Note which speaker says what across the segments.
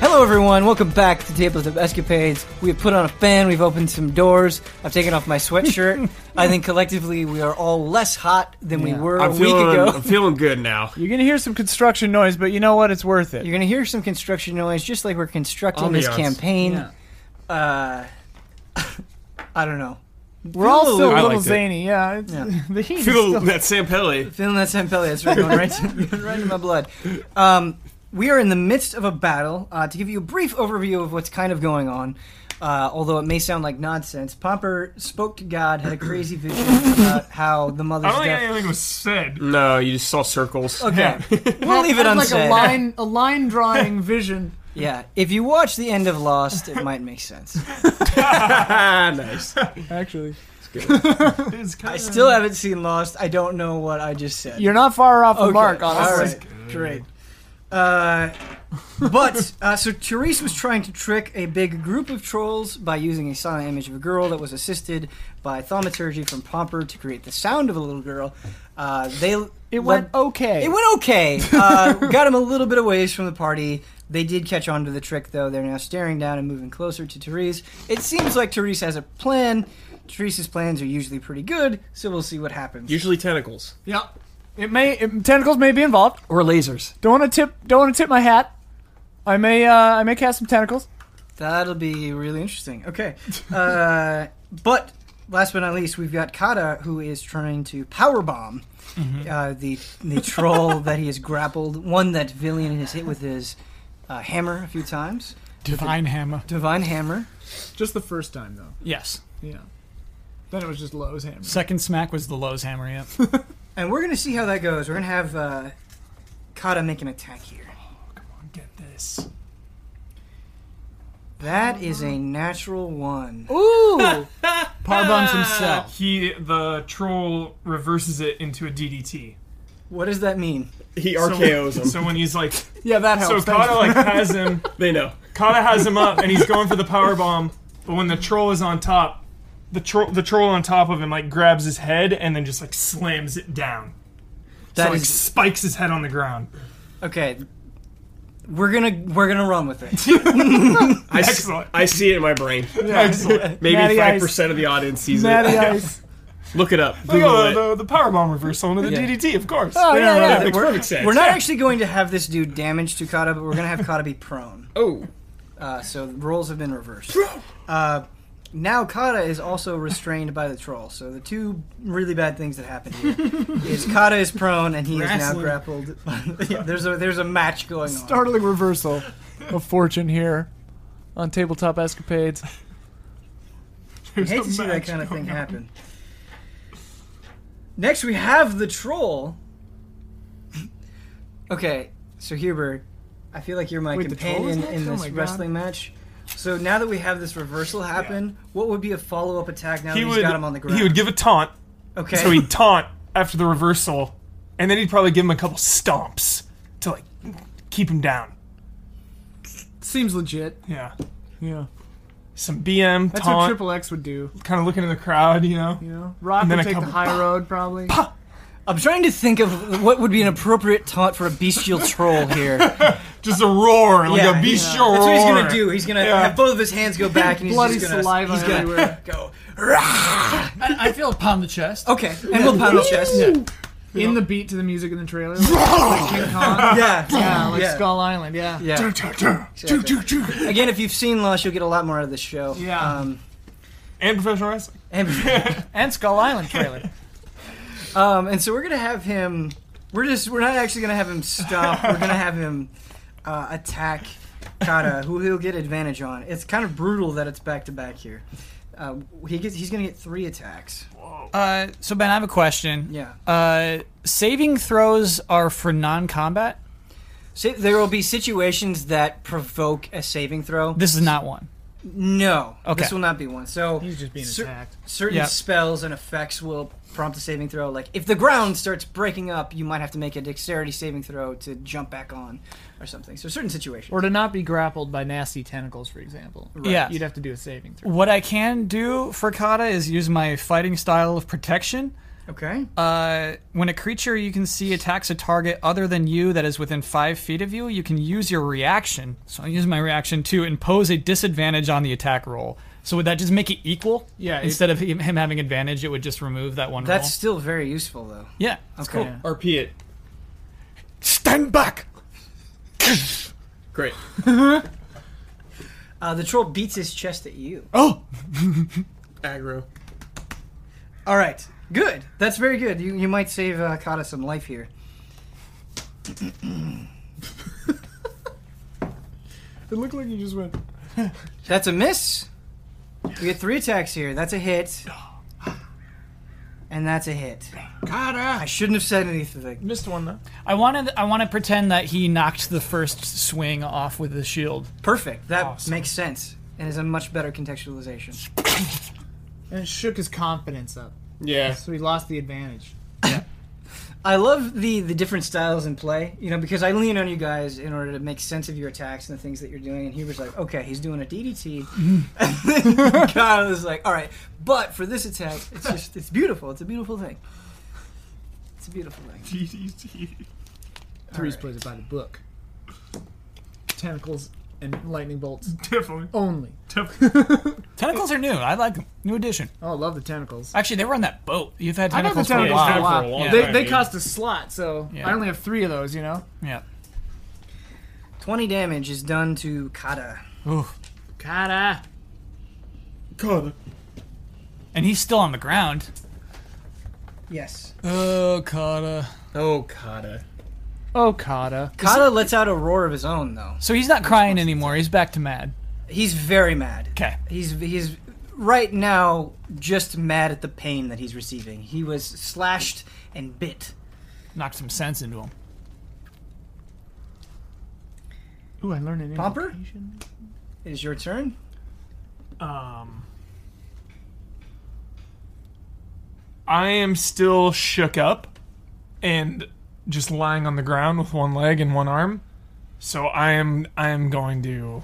Speaker 1: Hello, everyone. Welcome back to Tabletop Escapades. We have put on a fan. We've opened some doors. I've taken off my sweatshirt. I think collectively we are all less hot than we were a
Speaker 2: I'm
Speaker 1: week
Speaker 2: feeling,
Speaker 1: ago.
Speaker 2: I'm feeling good now.
Speaker 3: You're gonna hear some construction noise, but you know what? It's worth it.
Speaker 1: You're going to hear some construction noise, just like we're constructing
Speaker 2: Ambiance.
Speaker 1: this campaign.
Speaker 3: Yeah.
Speaker 1: Uh, I don't know. We're
Speaker 3: We're all
Speaker 1: all
Speaker 3: still a
Speaker 2: I
Speaker 3: little
Speaker 2: liked it.
Speaker 3: zany, yeah. It's,
Speaker 1: Yeah.
Speaker 3: The heat is
Speaker 2: Feel
Speaker 3: still,
Speaker 2: that Sam Pelli.
Speaker 1: feeling that Sam Pelli. That's right, going right, to, going right in my blood. Um, we are in the midst of a battle. Uh, to give you a brief overview of what's kind of going on, uh, although it may sound like nonsense, Pomper spoke to God, had a crazy vision about how the mother's
Speaker 4: I
Speaker 3: Oh,
Speaker 4: don't think
Speaker 1: death.
Speaker 4: anything was said.
Speaker 2: No, you just saw circles.
Speaker 1: Okay, we'll
Speaker 3: had-
Speaker 1: leave it
Speaker 3: had like
Speaker 1: unsaid.
Speaker 3: a line, a line drawing vision.
Speaker 1: Yeah, if you watch the end of Lost, it might make sense.
Speaker 2: nice.
Speaker 3: Actually,
Speaker 4: It's kind
Speaker 1: I still haven't seen Lost. I don't know what I just said.
Speaker 3: you're not far off the
Speaker 1: Okay,
Speaker 3: mark, honestly.
Speaker 1: all right, great. Uh, but uh, so Therese was trying to trick a big group of trolls by using a silent image of a girl that was assisted by thaumaturgy from Pomper to create the sound of a little girl. Uh, they
Speaker 3: It went okay.
Speaker 1: it went okay. Uh, got him a little bit away from the party. They did catch on to the trick, though. They're now staring down and moving closer to Therese. It seems like Therese has a plan. Therese's plans are usually pretty good, so we'll see what happens.
Speaker 2: Usually tentacles.
Speaker 3: yeah. It may it, tentacles may be involved.
Speaker 1: or lasers.
Speaker 3: Don't want to tip. Don't want to tip my hat. I may. Uh, I may cast some tentacles.
Speaker 1: That'll be really interesting. Okay. Uh, but last but not least, we've got Kata, who is trying to powerbomb
Speaker 4: Mm-hmm.
Speaker 1: uh, the, the troll that he has grappled, one that Villian has hit with his uh, hammer a few times.
Speaker 5: Divine Hammer.
Speaker 1: Divine Hammer.
Speaker 3: Just the first time though.
Speaker 5: Yes.
Speaker 3: Yeah. Then it was just Lowe's hammer.
Speaker 5: Second smack was the Lowe's hammer, yeah.
Speaker 1: And we're going to see how that goes. We're going to have uh, Kata make an attack here.
Speaker 4: get this.
Speaker 1: That is a natural one.
Speaker 3: Ooh. Powerbombs himself.
Speaker 4: Uh, He the troll reverses it into a DDT.
Speaker 1: What does that mean?
Speaker 2: He
Speaker 4: So-
Speaker 2: RKOs them.
Speaker 4: So when he's like,
Speaker 3: Yeah, that
Speaker 4: so
Speaker 3: helps. Oh, Thank
Speaker 4: Kata
Speaker 3: you.
Speaker 4: like has him.
Speaker 2: they know.
Speaker 4: Kata has him up, and he's going for the power bomb. But when the troll is on top, the troll the troll on top of him like grabs his head and then just like slams it down.
Speaker 1: That
Speaker 4: so like
Speaker 1: is
Speaker 4: spikes his head on the ground.
Speaker 1: okay. We're gonna we're gonna run with it.
Speaker 2: I, s-
Speaker 4: Excellent.
Speaker 2: I see it in my brain.
Speaker 4: Excellent.
Speaker 2: Maybe
Speaker 3: Matty
Speaker 2: five percent of the audience sees
Speaker 3: Matty
Speaker 2: it.
Speaker 3: Ice.
Speaker 2: Look it up.
Speaker 4: Look
Speaker 2: Google
Speaker 4: at
Speaker 2: it.
Speaker 4: the, the power bomb reversal into the
Speaker 1: Yeah.
Speaker 4: DDT, of course.
Speaker 3: Oh yeah, yeah.
Speaker 2: That makes perfect sense.
Speaker 1: We're not actually going to have this do damage to Kata, but we're going to have Kata be prone.
Speaker 2: Oh,
Speaker 1: Uh, so the roles have been reversed. Uh, now Kata is also restrained by the troll. So the two really bad things that happened here is Kata is prone and he is now
Speaker 5: Wrestling.
Speaker 1: grappled. Yeah, there's a there's a match going on.
Speaker 3: startling reversal of fortune here on tabletop escapades.
Speaker 1: I hate to see that kind of thing happen. Next we have the troll. okay, so Huber, I feel like you're my
Speaker 3: Wait, the troll is
Speaker 1: companion
Speaker 3: next?
Speaker 1: in
Speaker 3: Oh
Speaker 1: this
Speaker 3: my God.
Speaker 1: wrestling match. So now that we have this reversal happen, what would be a follow up attack now
Speaker 4: He
Speaker 1: that he's
Speaker 4: would,
Speaker 1: got him on the ground?
Speaker 4: he would give a taunt,
Speaker 1: okay.
Speaker 4: so he'd taunt after the reversal, and then he'd probably give him a couple stomps to like keep him down.
Speaker 3: Seems legit.
Speaker 4: Yeah,
Speaker 3: Yeah.
Speaker 4: some BM
Speaker 3: That's what
Speaker 4: taunt,
Speaker 3: Triple X would do.
Speaker 4: kind of looking in the crowd, you know.
Speaker 3: You know, Rock
Speaker 4: And then
Speaker 3: would
Speaker 4: a
Speaker 3: take the
Speaker 4: couple-
Speaker 3: high road probably.
Speaker 1: I'm trying to think of what would be an appropriate taunt for a bestial troll here.
Speaker 4: Just a roar, like
Speaker 1: Yeah,
Speaker 4: a bestial
Speaker 1: That's what he's
Speaker 4: roar.
Speaker 1: gonna do. He's gonna have both of his hands go back and he's
Speaker 3: Bloody
Speaker 1: just gonna
Speaker 3: saliva
Speaker 1: he's gonna
Speaker 3: everywhere.
Speaker 1: go.
Speaker 5: I, I feel a pound the chest.
Speaker 1: Okay, and we'll pound the chest.
Speaker 3: In the beat to the music in the trailer, like, like King Kong.
Speaker 1: Yeah,
Speaker 3: Yeah, like
Speaker 1: Yeah.
Speaker 3: Skull Island. Yeah.
Speaker 1: yeah. Exactly. Again, if you've seen Lost, you'll get a lot more out of this show.
Speaker 3: Yeah.
Speaker 1: Um,
Speaker 4: And professional wrestling.
Speaker 1: and,
Speaker 3: And Skull Island trailer.
Speaker 1: um, and so we're gonna have him. We're just. We're not actually gonna have him stop. We're gonna have him uh, attack Kata, who he'll get advantage on. It's kind of brutal that it's back to back here. Uh, he gets. He's gonna get three attacks.
Speaker 5: Uh, so, Ben, I have a question.
Speaker 1: Yeah.
Speaker 5: Uh, saving throws are for non combat.
Speaker 1: So there will be situations that provoke a saving throw.
Speaker 5: This is not one.
Speaker 1: No.
Speaker 5: Okay.
Speaker 1: This will not be one. So
Speaker 3: He's just being
Speaker 1: Sir-
Speaker 3: attacked.
Speaker 1: certain
Speaker 5: Yeah.
Speaker 1: spells and effects will prompt a saving throw. Like if the ground starts breaking up, you might have to make a dexterity saving throw to jump back on or something. So certain situations.
Speaker 3: Or to not be grappled by nasty tentacles, for example.
Speaker 5: Yeah.
Speaker 3: You'd have to do a saving throw.
Speaker 5: What I can do for Kata is use my fighting style of protection.
Speaker 1: Okay.
Speaker 5: Uh, when a creature you can see attacks a target other than you that is within five feet of you, you can use your reaction. So I use my reaction to impose a disadvantage on the attack roll. So would that just make it equal?
Speaker 4: Yeah, it-
Speaker 5: Instead of him him having advantage, it would just remove that one
Speaker 1: That's
Speaker 5: roll.
Speaker 1: still very useful, though.
Speaker 5: Yeah. That's
Speaker 1: Okay.
Speaker 5: cool.
Speaker 2: RP it.
Speaker 5: Stand back.
Speaker 2: Great.
Speaker 1: Uh, the troll beats his chest at you.
Speaker 5: Oh.
Speaker 2: Aggro.
Speaker 1: All right. Good. That's very good. You, you might save uh, Kata some life here.
Speaker 4: It looked like you just went.
Speaker 1: That's a miss. You get three attacks here. That's a hit. And that's a hit. I shouldn't have said anything.
Speaker 4: Missed one though.
Speaker 5: I want to. I want to pretend that he knocked the first swing off with the shield.
Speaker 1: Perfect. That
Speaker 4: Awesome.
Speaker 1: makes sense and is a much better contextualization.
Speaker 6: And it shook his confidence up.
Speaker 2: Yeah.
Speaker 6: So he lost the advantage.
Speaker 1: I love the the different styles in play, you know, because I lean on you guys in order to make sense of your attacks and the things that you're doing. And Huber's like, okay, he's doing a DDT. and
Speaker 6: Mm-hmm.
Speaker 1: then Kyle is like, all right, but for this attack, it's just it's beautiful. It's a beautiful thing. It's a beautiful thing.
Speaker 6: Threes
Speaker 1: Alright.
Speaker 6: plays by the book. Tentacles and lightning bolts
Speaker 4: Definitely.
Speaker 6: only.
Speaker 4: Definitely.
Speaker 5: Tentacles are new. I like them. New addition.
Speaker 6: Oh, I love the tentacles.
Speaker 5: Actually, they were on that boat. You've had
Speaker 6: I've had the
Speaker 5: tentacles for a
Speaker 6: tentacles for a
Speaker 5: while.
Speaker 6: while.
Speaker 5: Yeah.
Speaker 6: They,
Speaker 5: time,
Speaker 6: they cost a slot, so
Speaker 5: Yeah.
Speaker 6: I only have three of those, you know?
Speaker 5: Yeah.
Speaker 1: 20 damage is done to Kata.
Speaker 6: Kata.
Speaker 4: God.
Speaker 5: And he's still on the ground.
Speaker 1: Yes.
Speaker 5: Oh, Kata.
Speaker 2: Oh, Kata.
Speaker 6: Oh, Kata.
Speaker 1: Kata lets out a roar of his own, though.
Speaker 5: So he's not crying anymore. He's back to mad.
Speaker 1: He's very mad.
Speaker 5: Okay.
Speaker 1: He's he's right now just mad at the pain that he's receiving. He was slashed and bit.
Speaker 5: Knocked some sense into him.
Speaker 6: Ooh, I learned an
Speaker 1: Pomper?
Speaker 6: invocation.
Speaker 1: It is your turn.
Speaker 4: Um. I am still shook up and just lying on the ground with one leg and one arm. So I am I am going to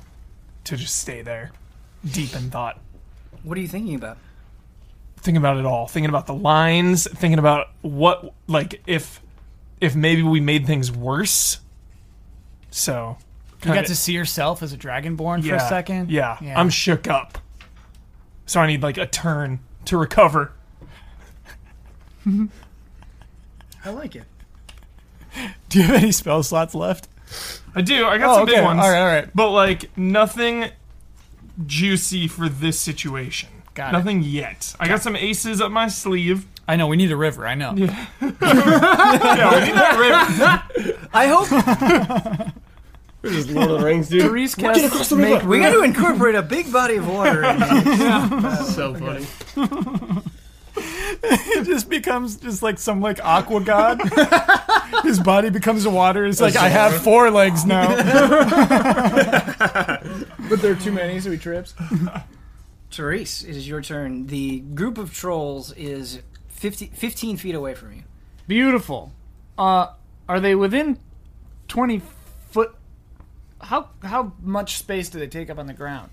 Speaker 4: to just stay there, deep in thought.
Speaker 1: What are you thinking about?
Speaker 4: thinking about it all thinking about the lines thinking about what like if if maybe we made things worse so
Speaker 5: You
Speaker 4: kinda-
Speaker 5: got to see yourself as a dragonborn for a second.
Speaker 4: yeah,
Speaker 5: Yeah.
Speaker 4: i'm shook up so i need like a turn to recover
Speaker 1: I like it.
Speaker 5: Do you have any spell slots left? Oh,
Speaker 4: i do i got some big ones
Speaker 5: All right, all right.
Speaker 4: but like nothing juicy for this situation
Speaker 5: Got it.
Speaker 4: nothing yet i got some aces up my sleeve
Speaker 5: I know we need a river. I know.
Speaker 4: yeah we need that river
Speaker 1: I hope
Speaker 2: This is Lord of the Rings, dude.
Speaker 6: Threes cast make
Speaker 1: we got to incorporate a big body of water. In this.
Speaker 2: so funny.
Speaker 5: It just becomes just like some like aqua god. His body becomes water. It's like I have four legs now.
Speaker 6: But there are too many, so he trips.
Speaker 1: Therese, it is your turn. The group of trolls is 50, 15 feet away from you.
Speaker 6: Beautiful. Uh, are they within 20 foot? How how much space do they take up on the ground?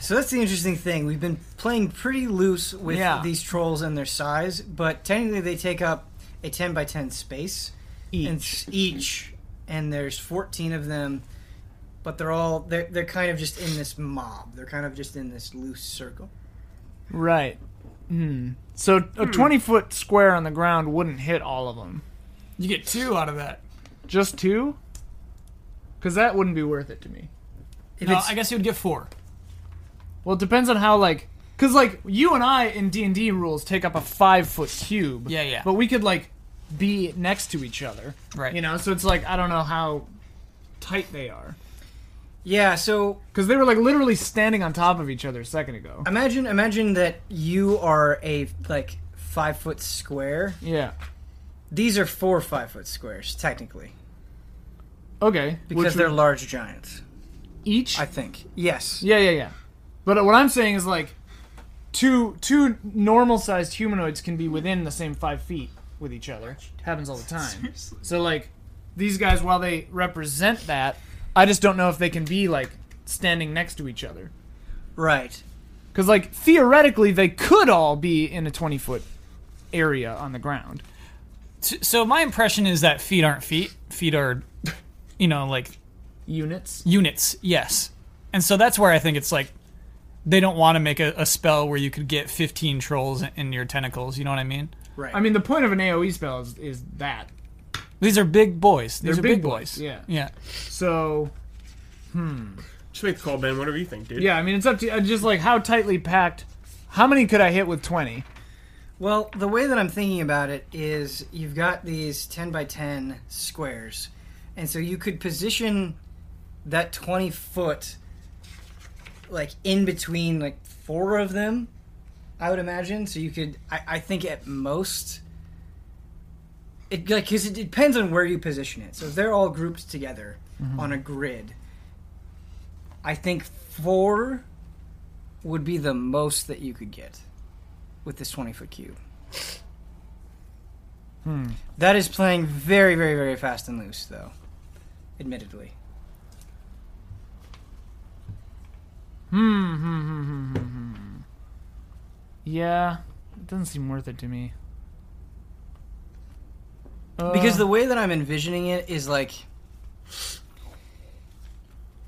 Speaker 1: So that's the interesting thing. We've been playing pretty loose with
Speaker 6: Yeah.
Speaker 1: these trolls and their size, but technically they take up a 10 by 10 space
Speaker 6: Each.
Speaker 1: And s- each, and there's 14 of them, but they're all they're, they're kind of just in this mob. They're kind of just in this loose circle.
Speaker 6: Right. Hmm. So a 20 foot square on the ground wouldn't hit all of them.
Speaker 5: You get two out of that.
Speaker 6: Just two? Because that wouldn't be worth it to me.
Speaker 1: If
Speaker 5: No,
Speaker 1: it's,
Speaker 5: I guess you would get four.
Speaker 6: Well, it depends on how like, because like you and I in D and D rules take up a five foot cube.
Speaker 5: Yeah, yeah.
Speaker 6: But we could like be next to each other.
Speaker 5: Right.
Speaker 6: You know, so it's like I don't know how tight they are.
Speaker 1: yeah. So
Speaker 6: Because they were like literally standing on top of each other a second ago.
Speaker 1: imagine imagine that you are a like five foot square.
Speaker 6: Yeah.
Speaker 1: These are four five foot squares technically
Speaker 6: Okay.
Speaker 1: because
Speaker 6: Which
Speaker 1: they're
Speaker 6: would-
Speaker 1: large giants.
Speaker 6: each.
Speaker 1: I think. Yes.
Speaker 6: yeah, yeah, yeah. But what I'm saying is like, two two normal sized humanoids can be within the same five feet with each other. Happens all the time. So like, these guys, while they represent that, I just don't know if they can be like standing next to each other.
Speaker 1: Right.
Speaker 6: Because like theoretically, they could all be in a 20 foot area on the ground.
Speaker 5: S- So my impression is that feet aren't feet. Feet are, you know, like
Speaker 6: Units.
Speaker 5: units. Yes, and so that's where I think it's like they don't want to make a, a spell where you could get 15 trolls in, in your tentacles. You know what I mean?
Speaker 1: Right.
Speaker 6: I mean, the point of an AOE spell is, is that.
Speaker 5: These are big boys. These
Speaker 6: They're
Speaker 5: are big,
Speaker 6: big
Speaker 5: boys.
Speaker 6: boys, yeah.
Speaker 5: Yeah.
Speaker 6: So
Speaker 2: Just make the call, Ben. Whatever you think, dude.
Speaker 6: yeah, I mean, it's up to uh, just like how tightly packed. How many could I hit with twenty?
Speaker 1: Well, the way that I'm thinking about it is you've got these 10 by 10 squares. And so you could position that 20 foot like in between like four of them, I would imagine. So you could, I, I think at most, it like, because it depends on where you position it. So if they're all grouped together on a grid, I think four would be the most that you could get with this 20 foot cube. That is playing very, very, very fast and loose, though. Admittedly.
Speaker 6: Hmm, hmm, hmm, hmm, hmm, hmm. Yeah, it doesn't seem worth it to me. Uh,
Speaker 1: Because the way that I'm envisioning it is like.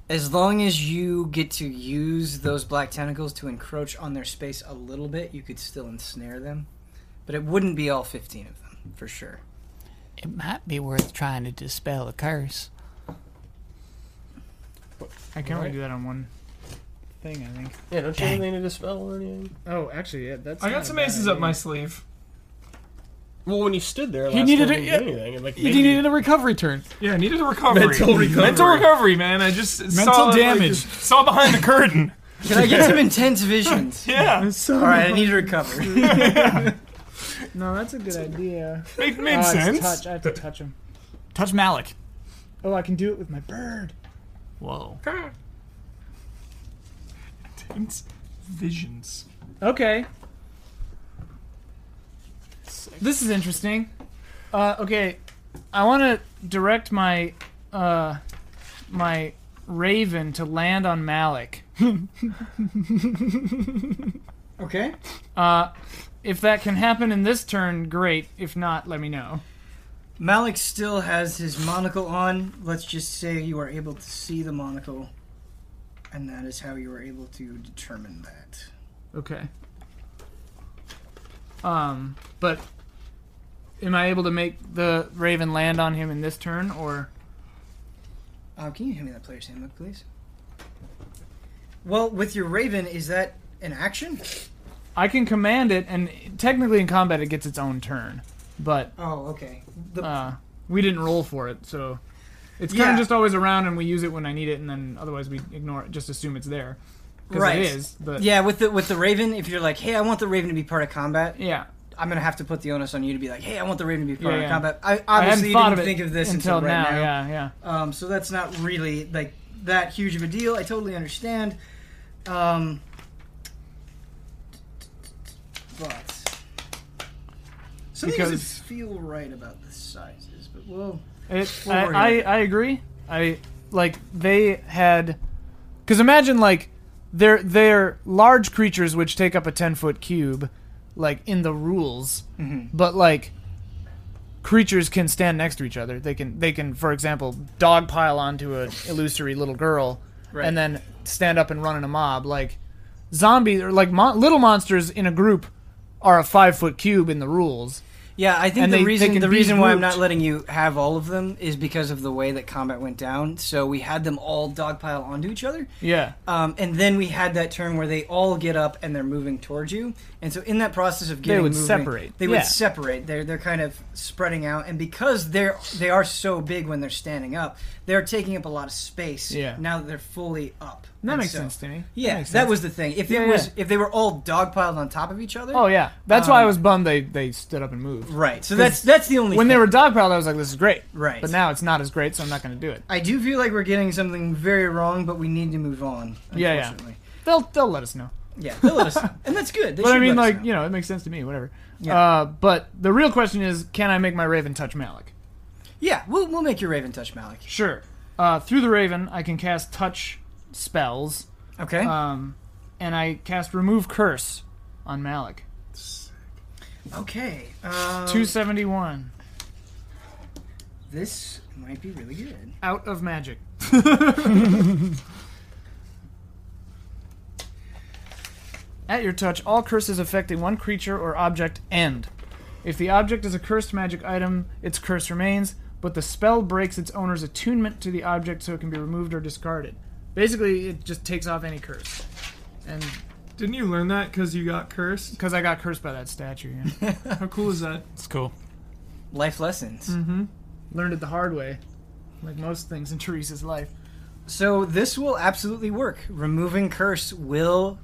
Speaker 1: As long as you get to use those black tentacles to encroach on their space a little bit, you could still ensnare them. But it wouldn't be all 15 of them, for sure.
Speaker 5: It might be worth trying to dispel a curse.
Speaker 6: I can only do that on one thing, I think.
Speaker 2: Yeah, don't you
Speaker 5: Dang.
Speaker 2: have anything to dispel or anything?
Speaker 6: Oh, actually, yeah, that's.
Speaker 4: I got some aces up my sleeve.
Speaker 2: Well, when you stood there, last
Speaker 4: needed
Speaker 2: time,
Speaker 4: it,
Speaker 2: you
Speaker 4: yeah.
Speaker 2: didn't do anything. and, Like,
Speaker 3: You needed a recovery turn.
Speaker 4: Yeah, I needed a recovery.
Speaker 2: Mental recovery.
Speaker 4: Mental recovery, man. I just
Speaker 5: Mental
Speaker 4: saw, like,
Speaker 5: damage.
Speaker 4: just saw behind the curtain.
Speaker 1: Can I get some intense visions?
Speaker 4: Yeah,
Speaker 1: Alright, I need to recover.
Speaker 6: No, that's a good idea. Oh,
Speaker 4: made, made
Speaker 6: I have to
Speaker 4: sense.
Speaker 6: touch. I have to touch him.
Speaker 5: Touch Malik.
Speaker 6: Oh, I can do it with my bird.
Speaker 5: Whoa.
Speaker 4: Intense visions.
Speaker 6: Okay. This is interesting. Uh, okay, I want to direct my uh, my raven to land on Malik.
Speaker 1: Okay.
Speaker 6: Uh, if that can happen in this turn, great. If not, let me know.
Speaker 1: Malik still has his monocle on. Let's just say you are able to see the monocle, and that is how you were able to determine that.
Speaker 6: Okay. Um, but am I able to make the raven land on him in this turn, or
Speaker 1: Uh, can you hand me that player's handbook, please? Well, with your raven, is that an action?
Speaker 6: I can command it, and technically in combat it gets its own turn, but
Speaker 1: Oh, okay. The,
Speaker 6: uh, we didn't roll for it, so it's kind
Speaker 1: Yeah.
Speaker 6: of just always around, and we use it when I need it, and then otherwise we ignore it, just assume it's there because
Speaker 1: Right.
Speaker 6: it is. But
Speaker 1: yeah, with the with the raven, if you're like, hey, I want the raven to be part of combat,
Speaker 6: yeah,
Speaker 1: I'm gonna have to put the onus on you to be like, hey, I want the raven to be part
Speaker 6: Yeah,
Speaker 1: of
Speaker 6: yeah.
Speaker 1: combat. I
Speaker 6: I hadn't
Speaker 1: obviously
Speaker 6: thought
Speaker 1: didn't
Speaker 6: of it
Speaker 1: think of this
Speaker 6: until,
Speaker 1: right
Speaker 6: now.
Speaker 1: now.
Speaker 6: Yeah, yeah.
Speaker 1: Um, so that's not really like that huge of a deal. I totally understand. Um, but something
Speaker 6: Because-
Speaker 1: doesn't feel right about the sizes. But well,
Speaker 6: It,
Speaker 1: We'll worry
Speaker 6: I, I,
Speaker 1: about
Speaker 6: I agree. I like they had because imagine like they're they're large creatures which take up a ten foot cube, like in the rules,
Speaker 1: Mm-hmm.
Speaker 6: but like creatures can stand next to each other. They can they can for example dog pile onto an illusory little girl and then stand up and run in a mob like zombies or like mon- little monsters in a group are a five foot cube in the rules.
Speaker 1: yeah, I think
Speaker 6: And
Speaker 1: the
Speaker 6: they- they
Speaker 1: reason
Speaker 6: can
Speaker 1: the
Speaker 6: be
Speaker 1: reason why I'm
Speaker 6: grouped.
Speaker 1: not letting you have all of them is because of the way that combat went down. So we had them all dogpile onto each other.
Speaker 6: Yeah.
Speaker 1: Um, and then we had that turn where they all get up and they're moving towards you. And so in that process of getting
Speaker 6: would
Speaker 1: moving,
Speaker 6: separate.
Speaker 1: They
Speaker 6: Yeah.
Speaker 1: would separate. They're they're kind of spreading out, and because they're they are so big when they're standing up, they're taking up a lot of space.
Speaker 6: Yeah.
Speaker 1: Now that they're fully up.
Speaker 6: That
Speaker 1: And
Speaker 6: makes
Speaker 1: so-
Speaker 6: sense to me.
Speaker 1: Yeah, that,
Speaker 6: makes sense.
Speaker 1: was the thing. If
Speaker 6: Yeah,
Speaker 1: it was
Speaker 6: yeah.
Speaker 1: if they were all dogpiled on top of each other.
Speaker 6: Oh yeah, that's why I
Speaker 1: Um,
Speaker 6: was bummed they they stood up and moved.
Speaker 1: Right. So that's that's the only
Speaker 6: When they
Speaker 1: thing.
Speaker 6: were dogpiled, I was like, "This is great,"
Speaker 1: right.
Speaker 6: but now it's not as great, so I'm not going to do it.
Speaker 1: I do feel like we're getting something very wrong, but we need to move on.
Speaker 6: Yeah, yeah.
Speaker 1: Unfortunately.
Speaker 6: They'll they'll let us know.
Speaker 1: Yeah. They'll let us know. and that's good. They
Speaker 6: But I
Speaker 1: should
Speaker 6: mean,
Speaker 1: let us
Speaker 6: like
Speaker 1: know.
Speaker 6: you know, it makes sense to me. Whatever.
Speaker 1: Yeah.
Speaker 6: Uh, but the real question is, can I make my Raven touch Malik?
Speaker 1: yeah, we'll we'll make your Raven touch Malik.
Speaker 6: Sure. Uh, through the Raven, I can cast touch spells, Uh,
Speaker 1: Okay.
Speaker 6: um, and I cast remove curse on Malik.
Speaker 1: Okay. Um,
Speaker 6: 271.
Speaker 1: This might be really good.
Speaker 6: Out of magic. At your touch, all curses affecting one creature or object end. If the object is a cursed magic item, its curse remains, but the spell breaks its owner's attunement to the object so it can be removed or discarded. Basically, it just takes off any curse. And
Speaker 4: Didn't you learn that because you got cursed?
Speaker 6: because I got cursed by that statue, yeah.
Speaker 4: How cool is that?
Speaker 5: It's cool.
Speaker 1: Life lessons.
Speaker 6: learned it the hard way, like most things in Teresa's life.
Speaker 1: So this will absolutely work. Removing curse will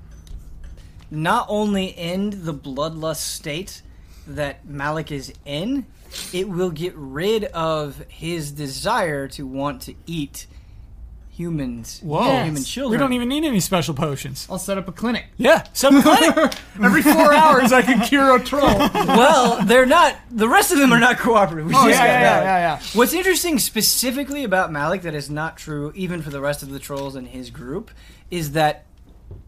Speaker 1: not only end the bloodlust state that Malik is in, it will get rid of his desire to want to eat humans,
Speaker 5: Whoa.
Speaker 1: human children.
Speaker 5: We don't even need any special potions.
Speaker 6: I'll set up a clinic.
Speaker 5: Yeah, some clinic.
Speaker 6: Every four hours, I can cure a troll.
Speaker 1: well, they're not. The rest of them are not cooperative. We
Speaker 6: Oh,
Speaker 1: just
Speaker 6: yeah,
Speaker 1: got
Speaker 6: yeah,
Speaker 1: that.
Speaker 6: yeah, yeah,
Speaker 1: What's interesting specifically about Malik that is not true even for the rest of the trolls in his group is that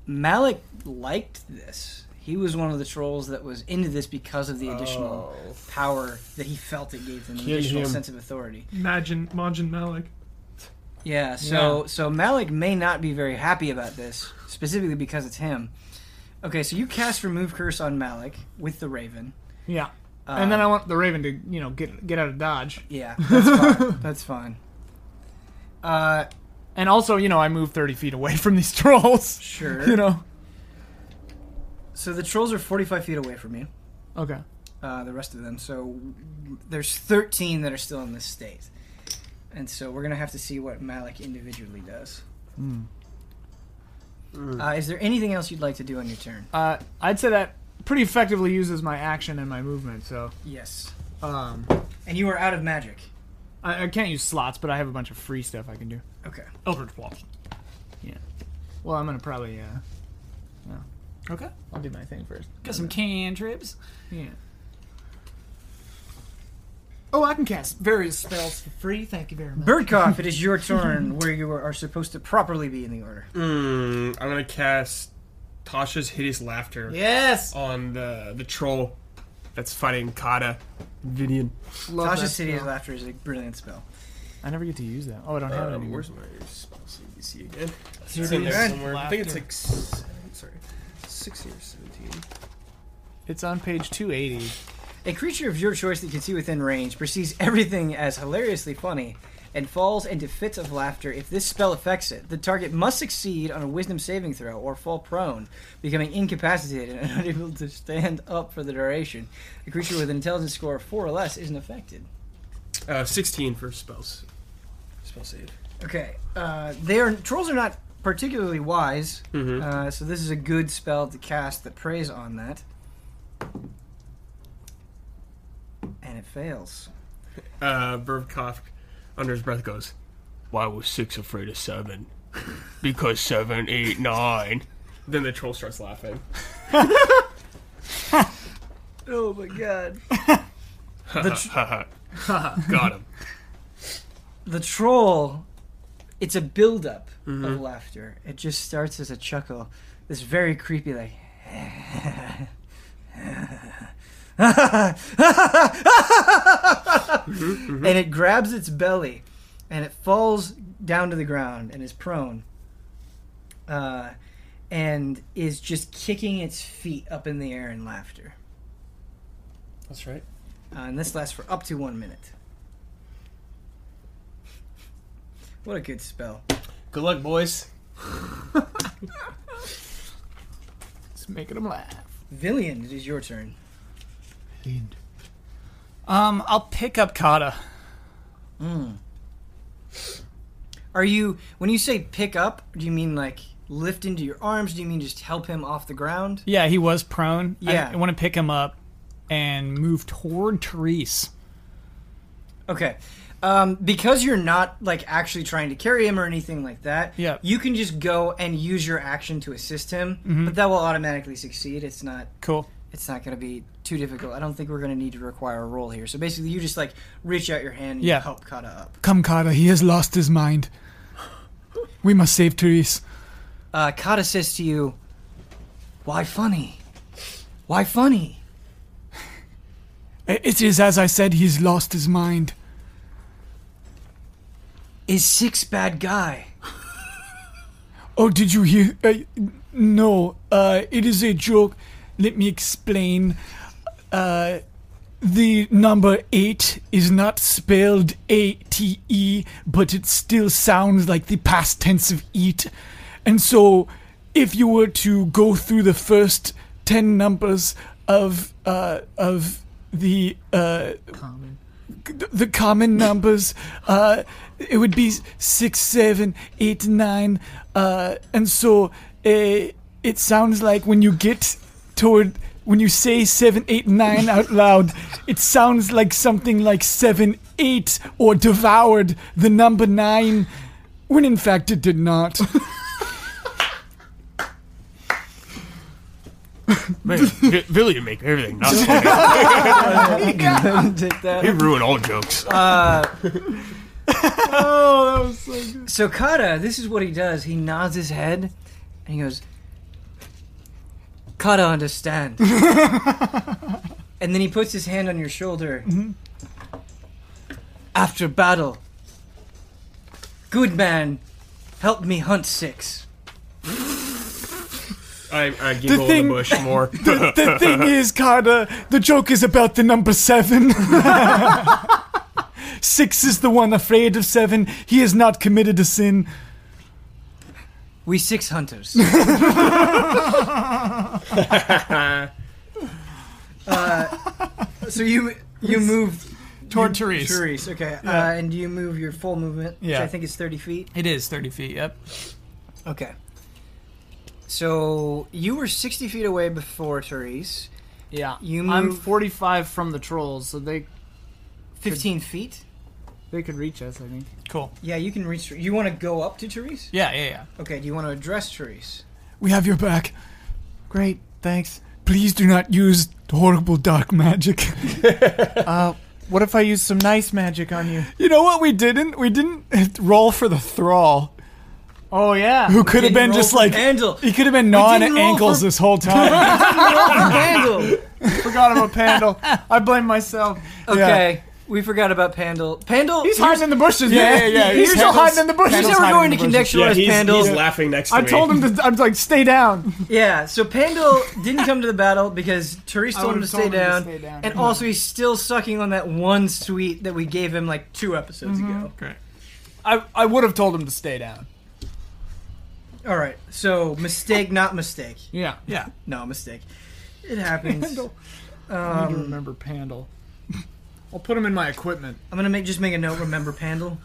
Speaker 1: Malik liked this. He was one of the trolls that was into this because of the additional power that he felt it gave them, an
Speaker 2: Kill
Speaker 1: additional
Speaker 2: him.
Speaker 1: sense of authority.
Speaker 4: Imagine Majin Malik.
Speaker 1: Yeah, so so Malik may not be very happy about this, specifically because it's him. Okay, so you cast Remove Curse on Malik with the Raven.
Speaker 6: yeah.
Speaker 1: Uh,
Speaker 6: and then I want the Raven to, you know, get get out of dodge.
Speaker 1: Yeah, that's fine. that's fine. Uh,
Speaker 6: And also, you know, I move thirty feet away from these trolls.
Speaker 1: sure.
Speaker 6: You know.
Speaker 1: So the trolls are 45 feet away from you,
Speaker 6: Okay.
Speaker 1: uh, the rest of them. So there's 13 that are still in this state. And so we're going to have to see what Malik individually does.
Speaker 6: Hmm.
Speaker 1: Uh, is there anything else you'd like to do on your turn?
Speaker 6: Uh, I'd say that pretty effectively uses my action and my movement. So,
Speaker 1: Yes.
Speaker 6: um,
Speaker 1: And you are out of magic.
Speaker 6: I, I can't use slots, but I have a bunch of free stuff I can do.
Speaker 1: Okay.
Speaker 4: Eldritch Blast.
Speaker 6: Well, I'm gonna probably, uh, no.
Speaker 4: Okay.
Speaker 6: I'll do my thing first.
Speaker 5: Got some cantrips.
Speaker 6: Yeah. Oh, I can cast various spells for free. Thank you very much.
Speaker 1: Birdcough, it is your turn where you are supposed to properly be in the order.
Speaker 2: Mm, I'm gonna cast Tasha's hideous laughter
Speaker 6: Yes.
Speaker 2: on the the troll that's fighting Kata. Vidian.
Speaker 6: Love
Speaker 1: Tasha's
Speaker 6: that
Speaker 1: City of
Speaker 6: spell.
Speaker 1: Laughter is a brilliant spell.
Speaker 6: I never get to use that. Oh, I don't have it
Speaker 2: Uh,
Speaker 6: anymore.
Speaker 2: where's my spell CBC again? It's in there
Speaker 1: Laughter.
Speaker 2: somewhere. I think it's like s- sorry, sixteen or seventeen.
Speaker 6: It's on page 280.
Speaker 1: A creature of your choice that you can see within range perceives everything as hilariously funny and falls into fits of laughter if this spell affects it. The target must succeed on a wisdom saving throw or fall prone, becoming incapacitated and unable to stand up for the duration. A creature with an intelligence score of 4 or less isn't affected.
Speaker 2: Uh, sixteen for spells. Spell save.
Speaker 1: Okay, uh, they are, trolls are not particularly wise, uh, so this is a good spell to cast that preys on that. And it fails.
Speaker 2: Uh, Verb coughed under his breath goes, Why was six afraid of seven? Because seven, eight, nine. Then the troll starts laughing.
Speaker 1: Oh my god.
Speaker 2: Got him.
Speaker 1: the troll it's a buildup of laughter it just starts as a chuckle this very creepy like and it grabs its belly and it falls down to the ground and is prone uh, and is just kicking its feet up in the air in laughter
Speaker 2: That's right.
Speaker 1: uh, and this lasts for up to one minute what a good spell
Speaker 2: Good luck, boys.
Speaker 6: It's making them laugh.
Speaker 1: Villian, it is your turn.
Speaker 5: Um, I'll pick up Kata.
Speaker 1: Are you when you say pick up, do you mean like lift into your arms? Do you mean just help him off the ground?
Speaker 5: Yeah, he was prone. I-
Speaker 1: Yeah.
Speaker 5: I, want to pick him up and move toward Therese.
Speaker 1: Okay. Um, because you're not like actually trying to carry him or anything like that,
Speaker 5: Yeah.
Speaker 1: you can just go and use your action to assist him, but that will automatically succeed. It's not
Speaker 5: Mm-hmm. Cool.
Speaker 1: it's not going to be too difficult. I don't think we're going to need to require a roll here. So basically, you just like reach out your hand and you
Speaker 5: Yeah.
Speaker 1: help Kata up.
Speaker 4: Come, Kata. He has lost his mind. We must save Therese.
Speaker 1: Uh, Kata says to you, "Why funny? Why funny?"
Speaker 5: It is as I said, he's lost his mind.
Speaker 1: Is six bad guy?
Speaker 5: Oh, did you hear? Uh, no, uh, it is a joke. Let me explain. Uh, the number eight is not spelled A T E, but it still sounds like the past tense of eat. And so, if you were to go through the first ten numbers of uh, of the uh, the common numbers. Uh, it would be six, seven, eight, nine, uh, and so uh, it sounds like when you get toward when you say seven, eight, nine out loud, it sounds like something like seven, eight, or devoured the number nine, when in fact it did not.
Speaker 2: Man, Vi- Billy to make everything not funny.
Speaker 1: Take that.
Speaker 2: He ruined all jokes.
Speaker 1: So Kata, this is what he does. He nods his head and he goes, Kata, understand. and then he puts his hand on your shoulder. After battle, good man, help me hunt six.
Speaker 2: I, I giggle in
Speaker 5: thing-
Speaker 2: the bush more.
Speaker 5: the thing is, Carter, the joke is about the number seven. Six is the one afraid of seven. He has not committed a sin.
Speaker 1: We six hunters. uh, so you you move
Speaker 5: Toward Therese.
Speaker 1: Therese, okay, uh, and you move your full movement, which
Speaker 5: Yeah.
Speaker 1: I think is thirty feet.
Speaker 5: It is 30 feet, yep.
Speaker 1: Okay. So you were 60 feet away before Therese.
Speaker 6: Yeah.
Speaker 1: You
Speaker 6: I'm
Speaker 1: move-
Speaker 6: 45 from the trolls, so they
Speaker 1: 15 feet?
Speaker 6: they could reach us, I think.
Speaker 5: Cool.
Speaker 1: Yeah, you can reach. You want to go up to Therese?
Speaker 5: Yeah, yeah, yeah.
Speaker 1: Okay, do you want to address Therese?
Speaker 5: We have your back.
Speaker 3: Great, thanks.
Speaker 5: Please do not use horrible dark magic.
Speaker 3: Uh, what if I use some nice magic on you?
Speaker 5: you know what we didn't? We didn't roll for the thrall,
Speaker 6: Oh yeah.
Speaker 5: who could have been just like.
Speaker 1: Vandal!
Speaker 5: He could have been gnawing at
Speaker 1: didn't roll
Speaker 5: ankles
Speaker 1: for-
Speaker 5: this whole time.
Speaker 1: Vandal!
Speaker 6: Forgot about Pandal. I blame myself.
Speaker 1: Okay, we forgot about Pandal. Pandal!
Speaker 6: He's hiding in the bushes.
Speaker 5: Yeah,
Speaker 6: man.
Speaker 5: yeah, yeah,
Speaker 6: He's
Speaker 5: he's
Speaker 6: still
Speaker 5: hiding-
Speaker 6: hiding in the bushes.
Speaker 1: Here's how we're going to contextualize Pandal.
Speaker 2: laughing next to
Speaker 6: I told him to. I'm like, stay down.
Speaker 1: Yeah, so Pandal didn't come to the battle because Therese
Speaker 6: I
Speaker 1: told him to
Speaker 6: would've
Speaker 1: stay
Speaker 6: told him to
Speaker 1: down.
Speaker 6: stay down.
Speaker 1: And also, he's still sucking on that one sweet that we gave him like two episodes
Speaker 6: Mm-hmm.
Speaker 1: ago.
Speaker 6: I, I would have told him to stay down.
Speaker 1: Alright, so mistake, not mistake.
Speaker 6: Yeah.
Speaker 5: yeah.
Speaker 1: No, mistake. It happens.
Speaker 6: Pandal. I need to remember Pandal. I'll put him in my equipment.
Speaker 1: I'm gonna make just make a note. Remember Pandal.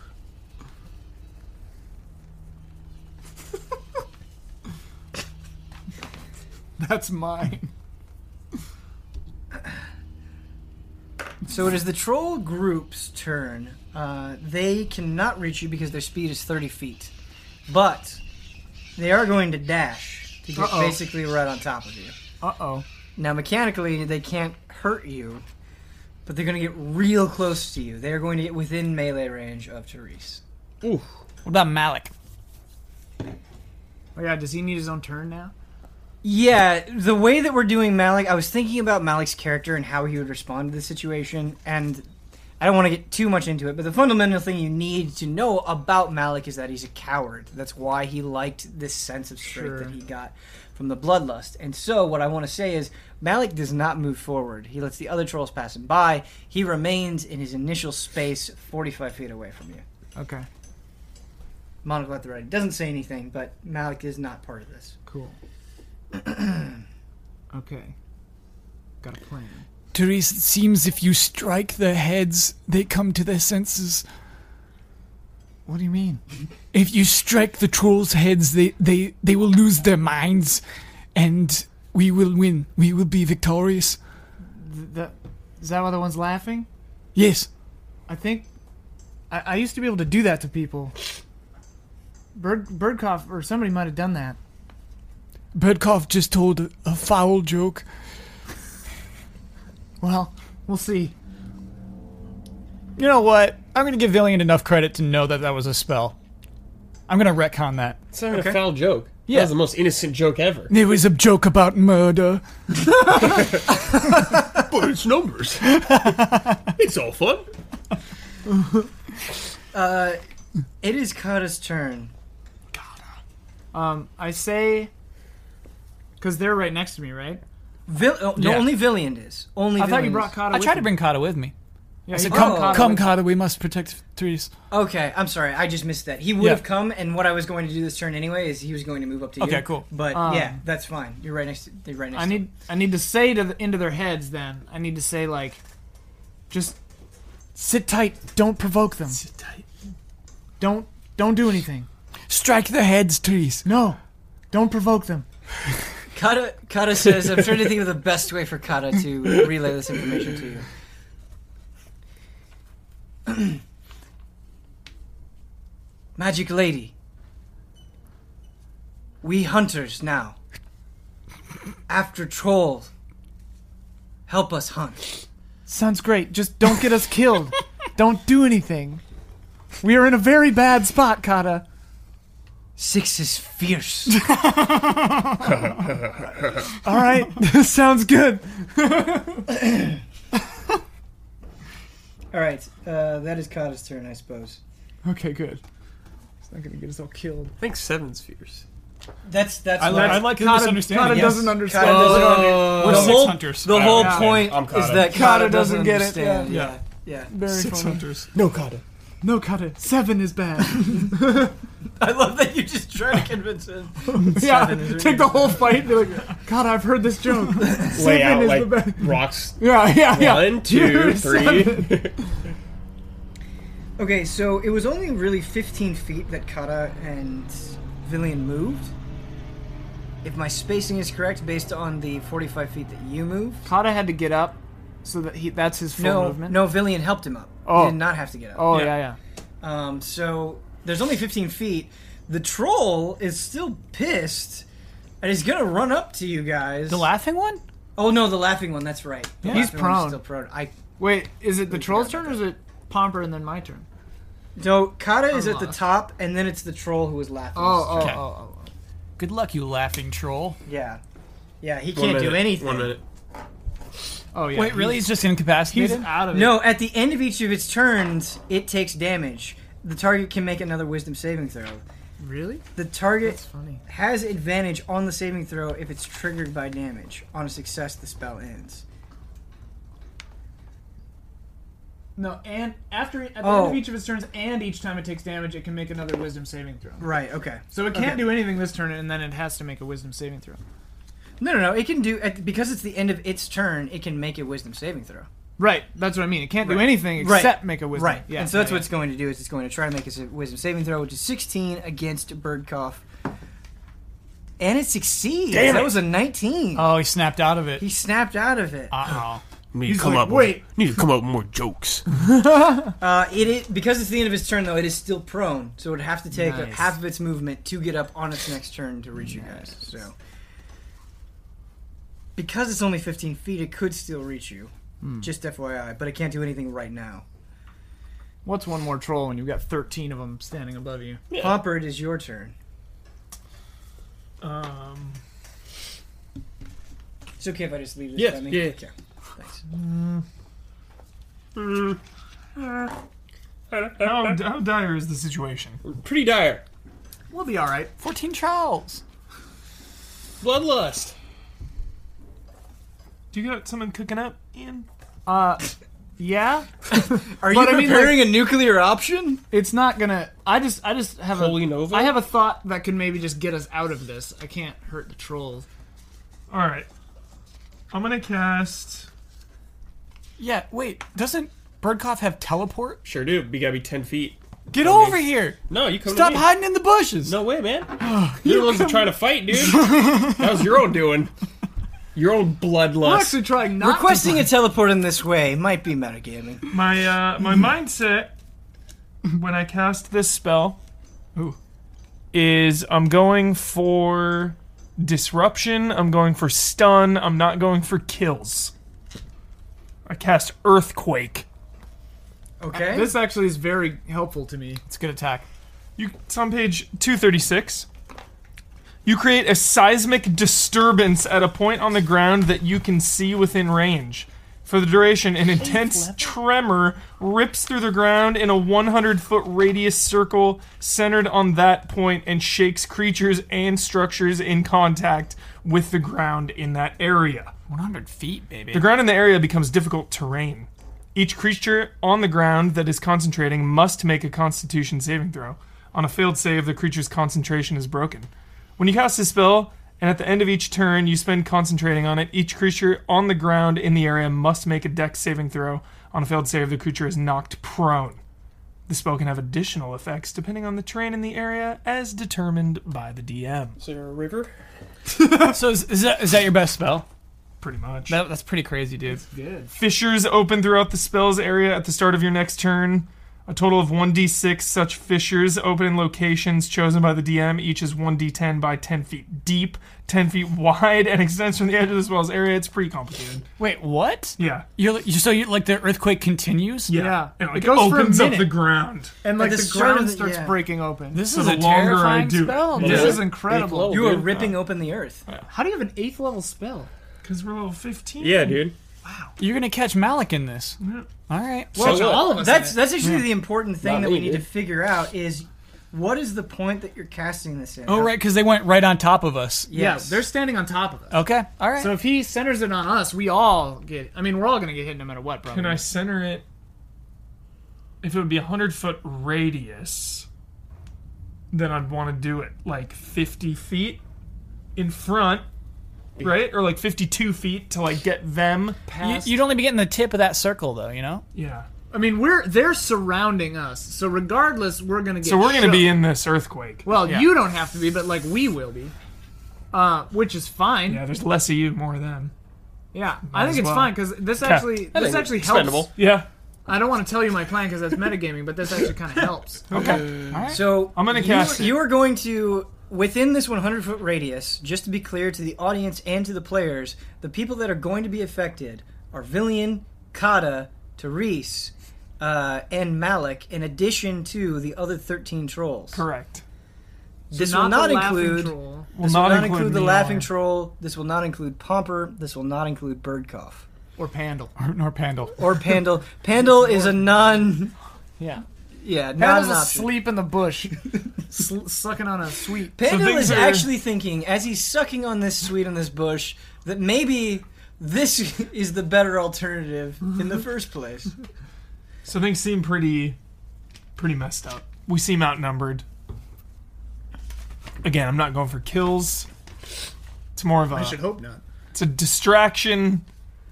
Speaker 6: That's mine.
Speaker 1: So it is the troll group's turn. Uh, they cannot reach you because their speed is 30 feet, but they are going to dash to get
Speaker 6: Uh-oh.
Speaker 1: basically right on top of you.
Speaker 6: Uh oh.
Speaker 1: Now mechanically they can't hurt you, but they're gonna get real close to you. They are going to get within melee range of Therese.
Speaker 5: What about Malik?
Speaker 6: Oh yeah. Does he need his own turn now?
Speaker 1: Yeah, the way that we're doing Malik, I was thinking about Malik's character and how he would respond to the situation, and I don't want to get too much into it, but the fundamental thing you need to know about Malik is that he's a coward. That's why he liked this sense of strength
Speaker 6: Sure.
Speaker 1: that he got from the bloodlust. And so, what I want to say is, Malik does not move forward. He lets the other trolls pass him by. He remains in his initial space, 45 feet away from you.
Speaker 6: Okay.
Speaker 1: Monocle at the ready doesn't say anything, but Malik is not part of this.
Speaker 6: Cool. okay. Got a plan.
Speaker 5: Therese, it seems if you strike their heads, they come to their senses.
Speaker 6: What do you mean?
Speaker 5: If you strike the trolls' heads, they, they, they will lose their minds, and we will win. We will be victorious.
Speaker 6: Th- that- is that why the one's laughing?
Speaker 5: Yes.
Speaker 6: I think I, I used to be able to do that to people. Bird Birdcough or somebody might have done that.
Speaker 5: Birdcough just told a, a foul joke.
Speaker 6: Well, we'll see.
Speaker 7: You know what? I'm going to give Villian enough credit to know that that was a spell. I'm going to retcon that.
Speaker 2: It's not a foul joke. Yeah.
Speaker 7: Yeah.
Speaker 2: That was the most innocent joke ever.
Speaker 5: There was a joke about murder.
Speaker 2: but it's numbers. it's all fun.
Speaker 1: Uh, it is Kata's turn.
Speaker 6: Um, I say, because they're right next to me, right?
Speaker 1: Vil- oh, no,
Speaker 5: Yeah.
Speaker 1: only Villian is. Only
Speaker 6: I
Speaker 1: Villian
Speaker 6: thought you
Speaker 1: is.
Speaker 6: brought Kata.
Speaker 5: I tried to bring Kata with me. Oh.
Speaker 6: Yeah,
Speaker 1: said,
Speaker 6: brought
Speaker 1: "Come-
Speaker 6: Kata
Speaker 3: Come,
Speaker 6: with-
Speaker 3: Kata, we must protect Therese.
Speaker 1: Okay, I'm sorry. I just missed that. He would
Speaker 3: Yeah.
Speaker 1: have come, and what I was going to do this turn anyway is he was going to move up to you.
Speaker 5: Okay, cool.
Speaker 1: But
Speaker 6: Um,
Speaker 1: yeah, that's fine. You're right next. To, they're right next.
Speaker 6: I
Speaker 1: to
Speaker 6: need I need to say to the, into their heads. Then I need to say like, just
Speaker 3: Sit tight. Don't provoke them.
Speaker 6: don't don't do anything.
Speaker 3: Strike their heads, Therese.
Speaker 6: No, don't provoke them.
Speaker 1: Kata, Kata says, I'm trying to think of the best way for Kata to relay this information to you. Magic Lady, we hunters now, after trolls, help us hunt.
Speaker 6: Sounds great. Just don't get us killed. don't do anything. We are in a very bad spot, Kata.
Speaker 1: Six is fierce.
Speaker 6: All right, sounds good.
Speaker 1: All right, uh, that is Kata's turn, I suppose.
Speaker 4: Okay, good. It's not gonna get us all killed.
Speaker 2: I think seven's fierce.
Speaker 1: That's that's
Speaker 7: I like, I like his
Speaker 4: Kata,
Speaker 7: understanding.
Speaker 4: Kata
Speaker 1: yes.
Speaker 4: doesn't understand.
Speaker 1: Kata doesn't
Speaker 7: We're
Speaker 1: the
Speaker 7: six
Speaker 1: whole-
Speaker 7: hunters.
Speaker 1: The
Speaker 7: I
Speaker 1: whole
Speaker 7: understand.
Speaker 1: point
Speaker 2: I'm
Speaker 1: is
Speaker 2: Kata.
Speaker 1: that Kata,
Speaker 4: Kata
Speaker 1: doesn't,
Speaker 4: doesn't get it,
Speaker 1: understand.
Speaker 4: yeah.
Speaker 1: yeah, yeah.
Speaker 4: Very
Speaker 7: Six
Speaker 4: funny.
Speaker 7: hunters. No, Kata.
Speaker 4: No, Kata. Seven is bad.
Speaker 1: I love that you just try to convince him.
Speaker 4: yeah,
Speaker 1: Seven is really
Speaker 4: take the whole fight. And be like, God, I've heard this joke.
Speaker 2: Lay out
Speaker 4: is
Speaker 2: like
Speaker 4: the best.
Speaker 2: rocks.
Speaker 4: Yeah, yeah, yeah.
Speaker 2: One, two,
Speaker 4: Dude,
Speaker 2: three.
Speaker 1: Okay, so it was only really 15 feet that Kata and Villian moved. If my spacing is correct, based on the 45 feet that you moved.
Speaker 6: Kata had to get up, so that he that's his full
Speaker 1: No,
Speaker 6: movement.
Speaker 1: no, Villian helped him up.
Speaker 6: Oh.
Speaker 1: He did not have to get up.
Speaker 6: Oh yeah, yeah.
Speaker 1: Um, so there's only 15 feet. The troll is still pissed, and he's gonna run up to you guys.
Speaker 5: The laughing one?
Speaker 1: oh no, the laughing one. That's right. The
Speaker 6: He's
Speaker 1: laughing one's
Speaker 6: prone.
Speaker 1: Still prone. I
Speaker 6: Wait, is it the troll's turn or
Speaker 1: about
Speaker 6: is it Pomper and then my turn?
Speaker 1: no. Kata is
Speaker 6: I'm
Speaker 1: at the
Speaker 6: lost.
Speaker 1: top, and then it's the troll who is laughing.
Speaker 6: Oh, oh,
Speaker 5: Okay.
Speaker 6: oh, oh, oh.
Speaker 5: Good luck, you laughing troll.
Speaker 1: yeah, yeah. He
Speaker 2: One
Speaker 1: can't do
Speaker 2: minute,
Speaker 1: anything.
Speaker 2: One minute.
Speaker 6: Oh, yeah.
Speaker 5: Wait, really? He's just
Speaker 6: He's
Speaker 5: incapacitated?
Speaker 6: out of it.
Speaker 1: No, at the end of each of its turns, it takes damage. The target can make another Wisdom saving throw.
Speaker 6: really?
Speaker 1: The target
Speaker 6: That's funny.
Speaker 1: has advantage on the saving throw if it's triggered by damage. On a success, the spell ends.
Speaker 6: No, and after at the
Speaker 1: Oh.
Speaker 6: end of each of his turns, and each time it takes damage, it can make another Wisdom saving throw.
Speaker 1: Right. Okay.
Speaker 6: So it can't
Speaker 1: Okay.
Speaker 6: do anything this turn, and then it has to make a Wisdom saving throw.
Speaker 1: No, no, no. It can do at, because it's the end of its turn. It can make a Wisdom saving throw.
Speaker 6: Right. That's what I mean. It can't do
Speaker 1: Right.
Speaker 6: anything
Speaker 1: Right.
Speaker 6: except make a Wisdom.
Speaker 1: Right.
Speaker 6: Yeah.
Speaker 1: and so that's
Speaker 6: yeah,
Speaker 1: what it's going to do is it's going to try to make a sa- Wisdom saving throw, which is 16 against Birdcough, and it succeeds. that was a 19.
Speaker 6: Uh,
Speaker 5: Oh, he snapped out of it.
Speaker 1: he snapped out of it.
Speaker 5: Uh-oh.
Speaker 2: Need
Speaker 6: He's
Speaker 2: to come
Speaker 6: like,
Speaker 2: up.
Speaker 6: "Wait."
Speaker 2: With, need to come up with more jokes.
Speaker 1: Uh, it is, because it's the end of its turn, though. It is still prone, so it would have to take
Speaker 6: Nice.
Speaker 1: half of its movement to get up on its next turn to reach you guys. So, because it's only 15 feet, it could still reach you.
Speaker 6: Hmm.
Speaker 1: Just FYI, but it can't do anything right now.
Speaker 6: yeah. What's one more troll when you've got thirteen of them standing above you?
Speaker 1: Popper, it is your turn.
Speaker 4: Um,
Speaker 1: It's okay if I just leave this.
Speaker 2: Yes,
Speaker 1: by me?
Speaker 2: yeah.
Speaker 1: Okay. Thanks.
Speaker 4: how, how dire is the situation?
Speaker 2: Pretty dire.
Speaker 6: We'll be all right.
Speaker 5: 14 Charles.
Speaker 2: Bloodlust.
Speaker 4: Do you got something cooking up, Ian?
Speaker 6: Uh, yeah.
Speaker 1: Are
Speaker 6: But
Speaker 1: you
Speaker 6: I mean,
Speaker 1: preparing a nuclear option?
Speaker 6: It's not gonna. I just, I just have a.
Speaker 2: Holy Nova.
Speaker 6: I have a thought that can maybe just get us out of this. I can't hurt the trolls.
Speaker 4: All right. I'm gonna cast.
Speaker 5: Yeah, wait. Doesn't Birdcough have teleport?
Speaker 2: Sure do. You gotta be ten feet.
Speaker 5: Get over here!
Speaker 2: No, you come.
Speaker 5: Stop
Speaker 2: to me.
Speaker 5: hiding in the bushes!
Speaker 2: No way, man. You're the ones that try to fight, dude. that was your own doing. Your own
Speaker 6: I'm
Speaker 2: bloodlust.
Speaker 6: actually trying not.
Speaker 1: Requesting a teleport in this way might be metagaming.
Speaker 4: My uh, my mindset when I cast this spell is I'm going for disruption. I'm going for stun. I'm not going for kills. I cast earthquake.
Speaker 1: Okay.
Speaker 6: To, this actually is very helpful to me.
Speaker 5: It's a good attack.
Speaker 4: You, it's on page 236. You create a seismic disturbance at a point on the ground that you can see within range. For the duration, an intense tremor rips through the ground in a 100 foot radius circle centered on that point and shakes creatures and structures in contact with the ground in that area.
Speaker 5: 100 feet, baby.
Speaker 4: The ground in the area becomes difficult terrain. Each creature on the ground that is concentrating must make a constitution saving throw. On a failed save, the creature's concentration is broken. When you cast a spell, and at the end of each turn you spend concentrating on it, each creature on the ground in the area must make a dex saving throw. On a failed save, the creature is knocked prone. The spell can have additional effects depending on the terrain in the area as determined by the DM.
Speaker 2: Is there a river?
Speaker 7: So is, is that is that your best spell?
Speaker 4: Pretty much.
Speaker 5: That- that's pretty crazy, dude.
Speaker 4: Fissures open throughout the spell's area at the start of your next turn. A total of 1d6 such fissures open in locations chosen by the DM. Each is 1d10 by 10 feet deep, 10 feet wide, and extends from the edge of the spell's area. It's pretty complicated.
Speaker 5: Wait, what?
Speaker 4: Yeah.
Speaker 5: You're like- so you like the earthquake continues?
Speaker 6: Yeah.
Speaker 4: And, like,
Speaker 6: It goes for a
Speaker 4: opens up
Speaker 6: minute.
Speaker 4: the ground.
Speaker 6: And like
Speaker 1: At
Speaker 6: the,
Speaker 1: the start of
Speaker 6: ground
Speaker 1: the-
Speaker 6: starts
Speaker 1: yeah.
Speaker 6: breaking open.
Speaker 5: This
Speaker 4: So
Speaker 5: is
Speaker 4: the
Speaker 5: a
Speaker 4: longer I
Speaker 5: terrifying
Speaker 4: do it-
Speaker 5: spell.
Speaker 4: Yeah.
Speaker 6: This
Speaker 5: dude.
Speaker 6: is incredible.
Speaker 1: You are ripping open the earth.
Speaker 6: How do you have an eighth level spell?
Speaker 4: Because we're level 15.
Speaker 2: Yeah, dude.
Speaker 5: You're gonna catch Malik in this. All right.
Speaker 2: So what?
Speaker 6: all of us.
Speaker 1: That's that's actually the important thing
Speaker 2: Not
Speaker 1: that
Speaker 2: me,
Speaker 1: we need to
Speaker 2: dude.
Speaker 1: figure out is what is the point that you're casting this in?
Speaker 5: oh right, because they went right on top of us.
Speaker 1: Yes.
Speaker 6: Yeah, they're standing on top of us.
Speaker 5: Okay. All right.
Speaker 6: So if he centers it on us, we all get. I mean, we're all gonna get hit no matter what, bro.
Speaker 4: Can I center it? If it would be a 100 foot radius, then I'd want to do it like 50 feet in front, right? Or like 52 feet to like get them
Speaker 5: you,
Speaker 4: past.
Speaker 5: you'd only be getting the tip of that circle, though. You know.
Speaker 4: yeah.
Speaker 6: I mean, we're they're surrounding us, so regardless, we're gonna get.
Speaker 4: So we're going to
Speaker 6: shook.
Speaker 4: be in this earthquake.
Speaker 6: Well, you don't have to be, but like we will be, uh, which is fine.
Speaker 4: yeah,
Speaker 6: Yeah,
Speaker 4: there's less of you, more of them.
Speaker 6: I think
Speaker 4: as
Speaker 6: it's
Speaker 4: well.
Speaker 6: fine because this actually this actually helps.
Speaker 2: expendable.
Speaker 4: Yeah.
Speaker 6: I don't want to tell you my plan because that's metagaming, but this actually kind of helps.
Speaker 1: So
Speaker 4: I'm gonna
Speaker 1: you-
Speaker 4: cast it.
Speaker 1: You are going to within this 100 foot radius. Just to be clear to the audience and to the players, the people that are going to be affected are Villian, Kata, Therese, uh, and Malik, in addition to the other 13 trolls.
Speaker 4: Correct.
Speaker 1: This
Speaker 6: not
Speaker 1: will not
Speaker 6: the laughing
Speaker 1: include.
Speaker 6: troll.
Speaker 4: Will
Speaker 1: This will not include the
Speaker 4: me
Speaker 1: laughing
Speaker 4: or-
Speaker 1: troll. This will not include Pomper. This will not include Birdcough
Speaker 6: or Pandal.
Speaker 7: Nor Pandal.
Speaker 1: or Pandal. Pandal is a non.
Speaker 7: Yeah.
Speaker 1: Yeah, not
Speaker 6: Pandal's
Speaker 1: an option.
Speaker 6: asleep in the bush, sl- sucking on a sweet.
Speaker 1: Pandal
Speaker 4: things
Speaker 1: is
Speaker 4: are-
Speaker 1: actually thinking, as he's sucking on this sweet on this bush, that maybe this is the better alternative in the first place.
Speaker 4: So things seem pretty, pretty messed up. We seem outnumbered. Again, I'm not going for kills. It's more of a
Speaker 6: hope not.
Speaker 4: it's a distraction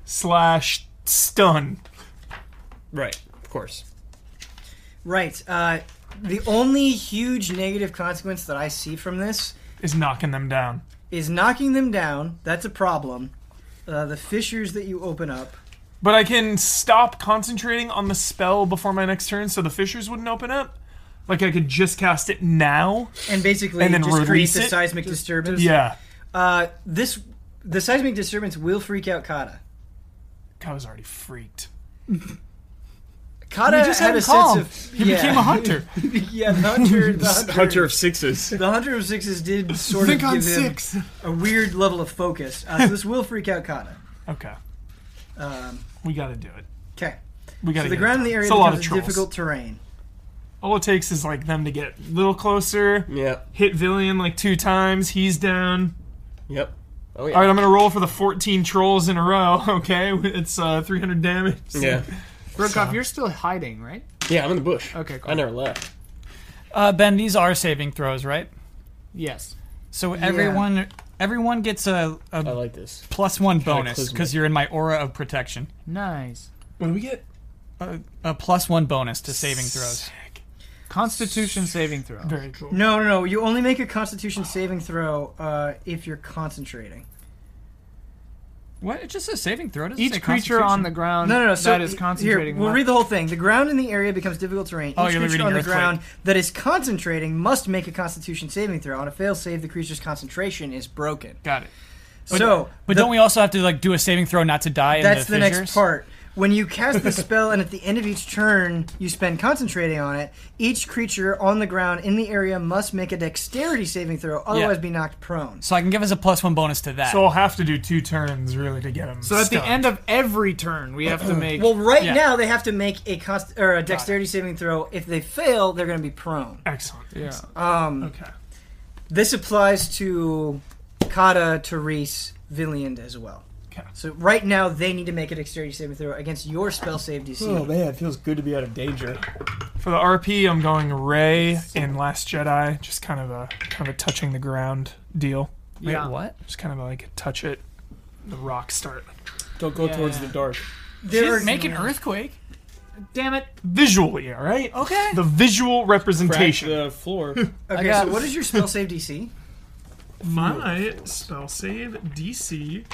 Speaker 4: slash stun.
Speaker 2: Right, of course.
Speaker 1: Right. Uh, the only huge negative consequence that I see from this
Speaker 4: Is knocking them down.
Speaker 1: is knocking them down. That's a problem. Uh, the fissures that you open up.
Speaker 4: But I can stop concentrating on the spell before my next turn, so the fissures wouldn't open up. Like I could just cast it now.
Speaker 1: And basically,
Speaker 4: And then
Speaker 1: just create
Speaker 4: release
Speaker 1: the
Speaker 4: it?
Speaker 1: seismic disturbance.
Speaker 4: Yeah,
Speaker 1: Uh, this the seismic disturbance will freak out Kata.
Speaker 4: I was already freaked.
Speaker 1: Kata
Speaker 5: just
Speaker 1: had
Speaker 5: had
Speaker 1: a
Speaker 5: him calm.
Speaker 1: sense of he yeah,
Speaker 4: Became a hunter.
Speaker 1: yeah, the hunter, the hunter,
Speaker 2: Hunter of sixes.
Speaker 1: the hunter of sixes did sort
Speaker 6: Think
Speaker 1: of
Speaker 6: on
Speaker 1: give him
Speaker 6: six.
Speaker 1: a weird level of focus. Uh, so this will freak out Kata.
Speaker 4: Okay,
Speaker 1: Um,
Speaker 4: we got to do it.
Speaker 1: okay,
Speaker 4: We got to.
Speaker 1: so the ground in the area
Speaker 4: It's a lot of
Speaker 1: becomes
Speaker 4: trolls.
Speaker 1: difficult terrain.
Speaker 4: All it takes is like them to get a little closer,
Speaker 2: Yeah.
Speaker 4: hit Villian like two times, he's down.
Speaker 2: Yep. Oh
Speaker 4: All right, I'm gonna roll for the 14 trolls in a row. Okay, it's uh, 300 damage.
Speaker 2: Yeah.
Speaker 6: Brokoff, you're still hiding, right?
Speaker 2: Yeah, I'm in the bush.
Speaker 6: Okay,
Speaker 2: I never left.
Speaker 5: Uh, ben, these are saving throws, right?
Speaker 6: Yes.
Speaker 5: So everyone, everyone gets a,
Speaker 2: I
Speaker 5: a
Speaker 2: like this.
Speaker 5: plus one bonus
Speaker 2: Cataclysmic.
Speaker 5: because you're in my aura of protection.
Speaker 6: Nice.
Speaker 4: What do we get?
Speaker 5: A plus one bonus to saving throws.
Speaker 6: Constitution saving throw.
Speaker 4: Very cool.
Speaker 1: No, no, no. You only make a Constitution saving throw uh, if you're concentrating.
Speaker 5: What? It's just a saving throw. Does
Speaker 6: Each creature on the ground
Speaker 1: No, no, no. So
Speaker 6: that is
Speaker 1: here,
Speaker 6: concentrating.
Speaker 1: we'll
Speaker 6: must-
Speaker 1: read the whole thing. The ground in the area becomes difficult terrain.
Speaker 5: Oh,
Speaker 1: Each
Speaker 5: you're
Speaker 1: creature
Speaker 5: reading
Speaker 1: on the
Speaker 5: Earthquake.
Speaker 1: ground that is concentrating must make a Constitution saving throw. On a fail save, the creature's concentration is broken.
Speaker 5: Got it.
Speaker 1: so,
Speaker 5: But
Speaker 1: the-
Speaker 5: don't we also have to like do a saving throw not to die?
Speaker 1: that's
Speaker 5: in
Speaker 1: the, next
Speaker 5: fissures?
Speaker 1: part. When you cast the spell and at the end of each turn you spend concentrating on it, each creature on the ground in the area must make a dexterity saving throw, otherwise be knocked prone.
Speaker 5: So I can give us a plus one bonus to that.
Speaker 4: So we'll have to do two turns really to get him.
Speaker 6: So at the end of every turn, we have to make.
Speaker 1: Well, right
Speaker 5: Yeah.
Speaker 1: now they have to make a const- or a dexterity saving throw. If they fail, they're going to be prone.
Speaker 4: excellent.
Speaker 3: Yeah.
Speaker 1: Um,
Speaker 4: Okay.
Speaker 1: This applies to Kata, Therese, Villiand as well.
Speaker 4: Okay.
Speaker 1: So right now they need to make a dexterity saving throw against your spell save DC.
Speaker 8: Oh man, it feels good to be out of danger.
Speaker 4: For the RP, I'm going Ray in Last Jedi. Just kind of a kind of a touching the ground deal.
Speaker 6: yeah.
Speaker 5: what?
Speaker 4: Just kind of like a touch it, the rock start.
Speaker 8: Don't go towards the dark.
Speaker 1: There
Speaker 5: Just make an earthquake.
Speaker 6: Damn it.
Speaker 4: Visually, all right.
Speaker 5: Okay.
Speaker 4: The visual
Speaker 8: Crack
Speaker 4: representation.
Speaker 8: the floor.
Speaker 1: okay,
Speaker 5: got-
Speaker 1: so what is your spell save DC?
Speaker 4: My spell save DC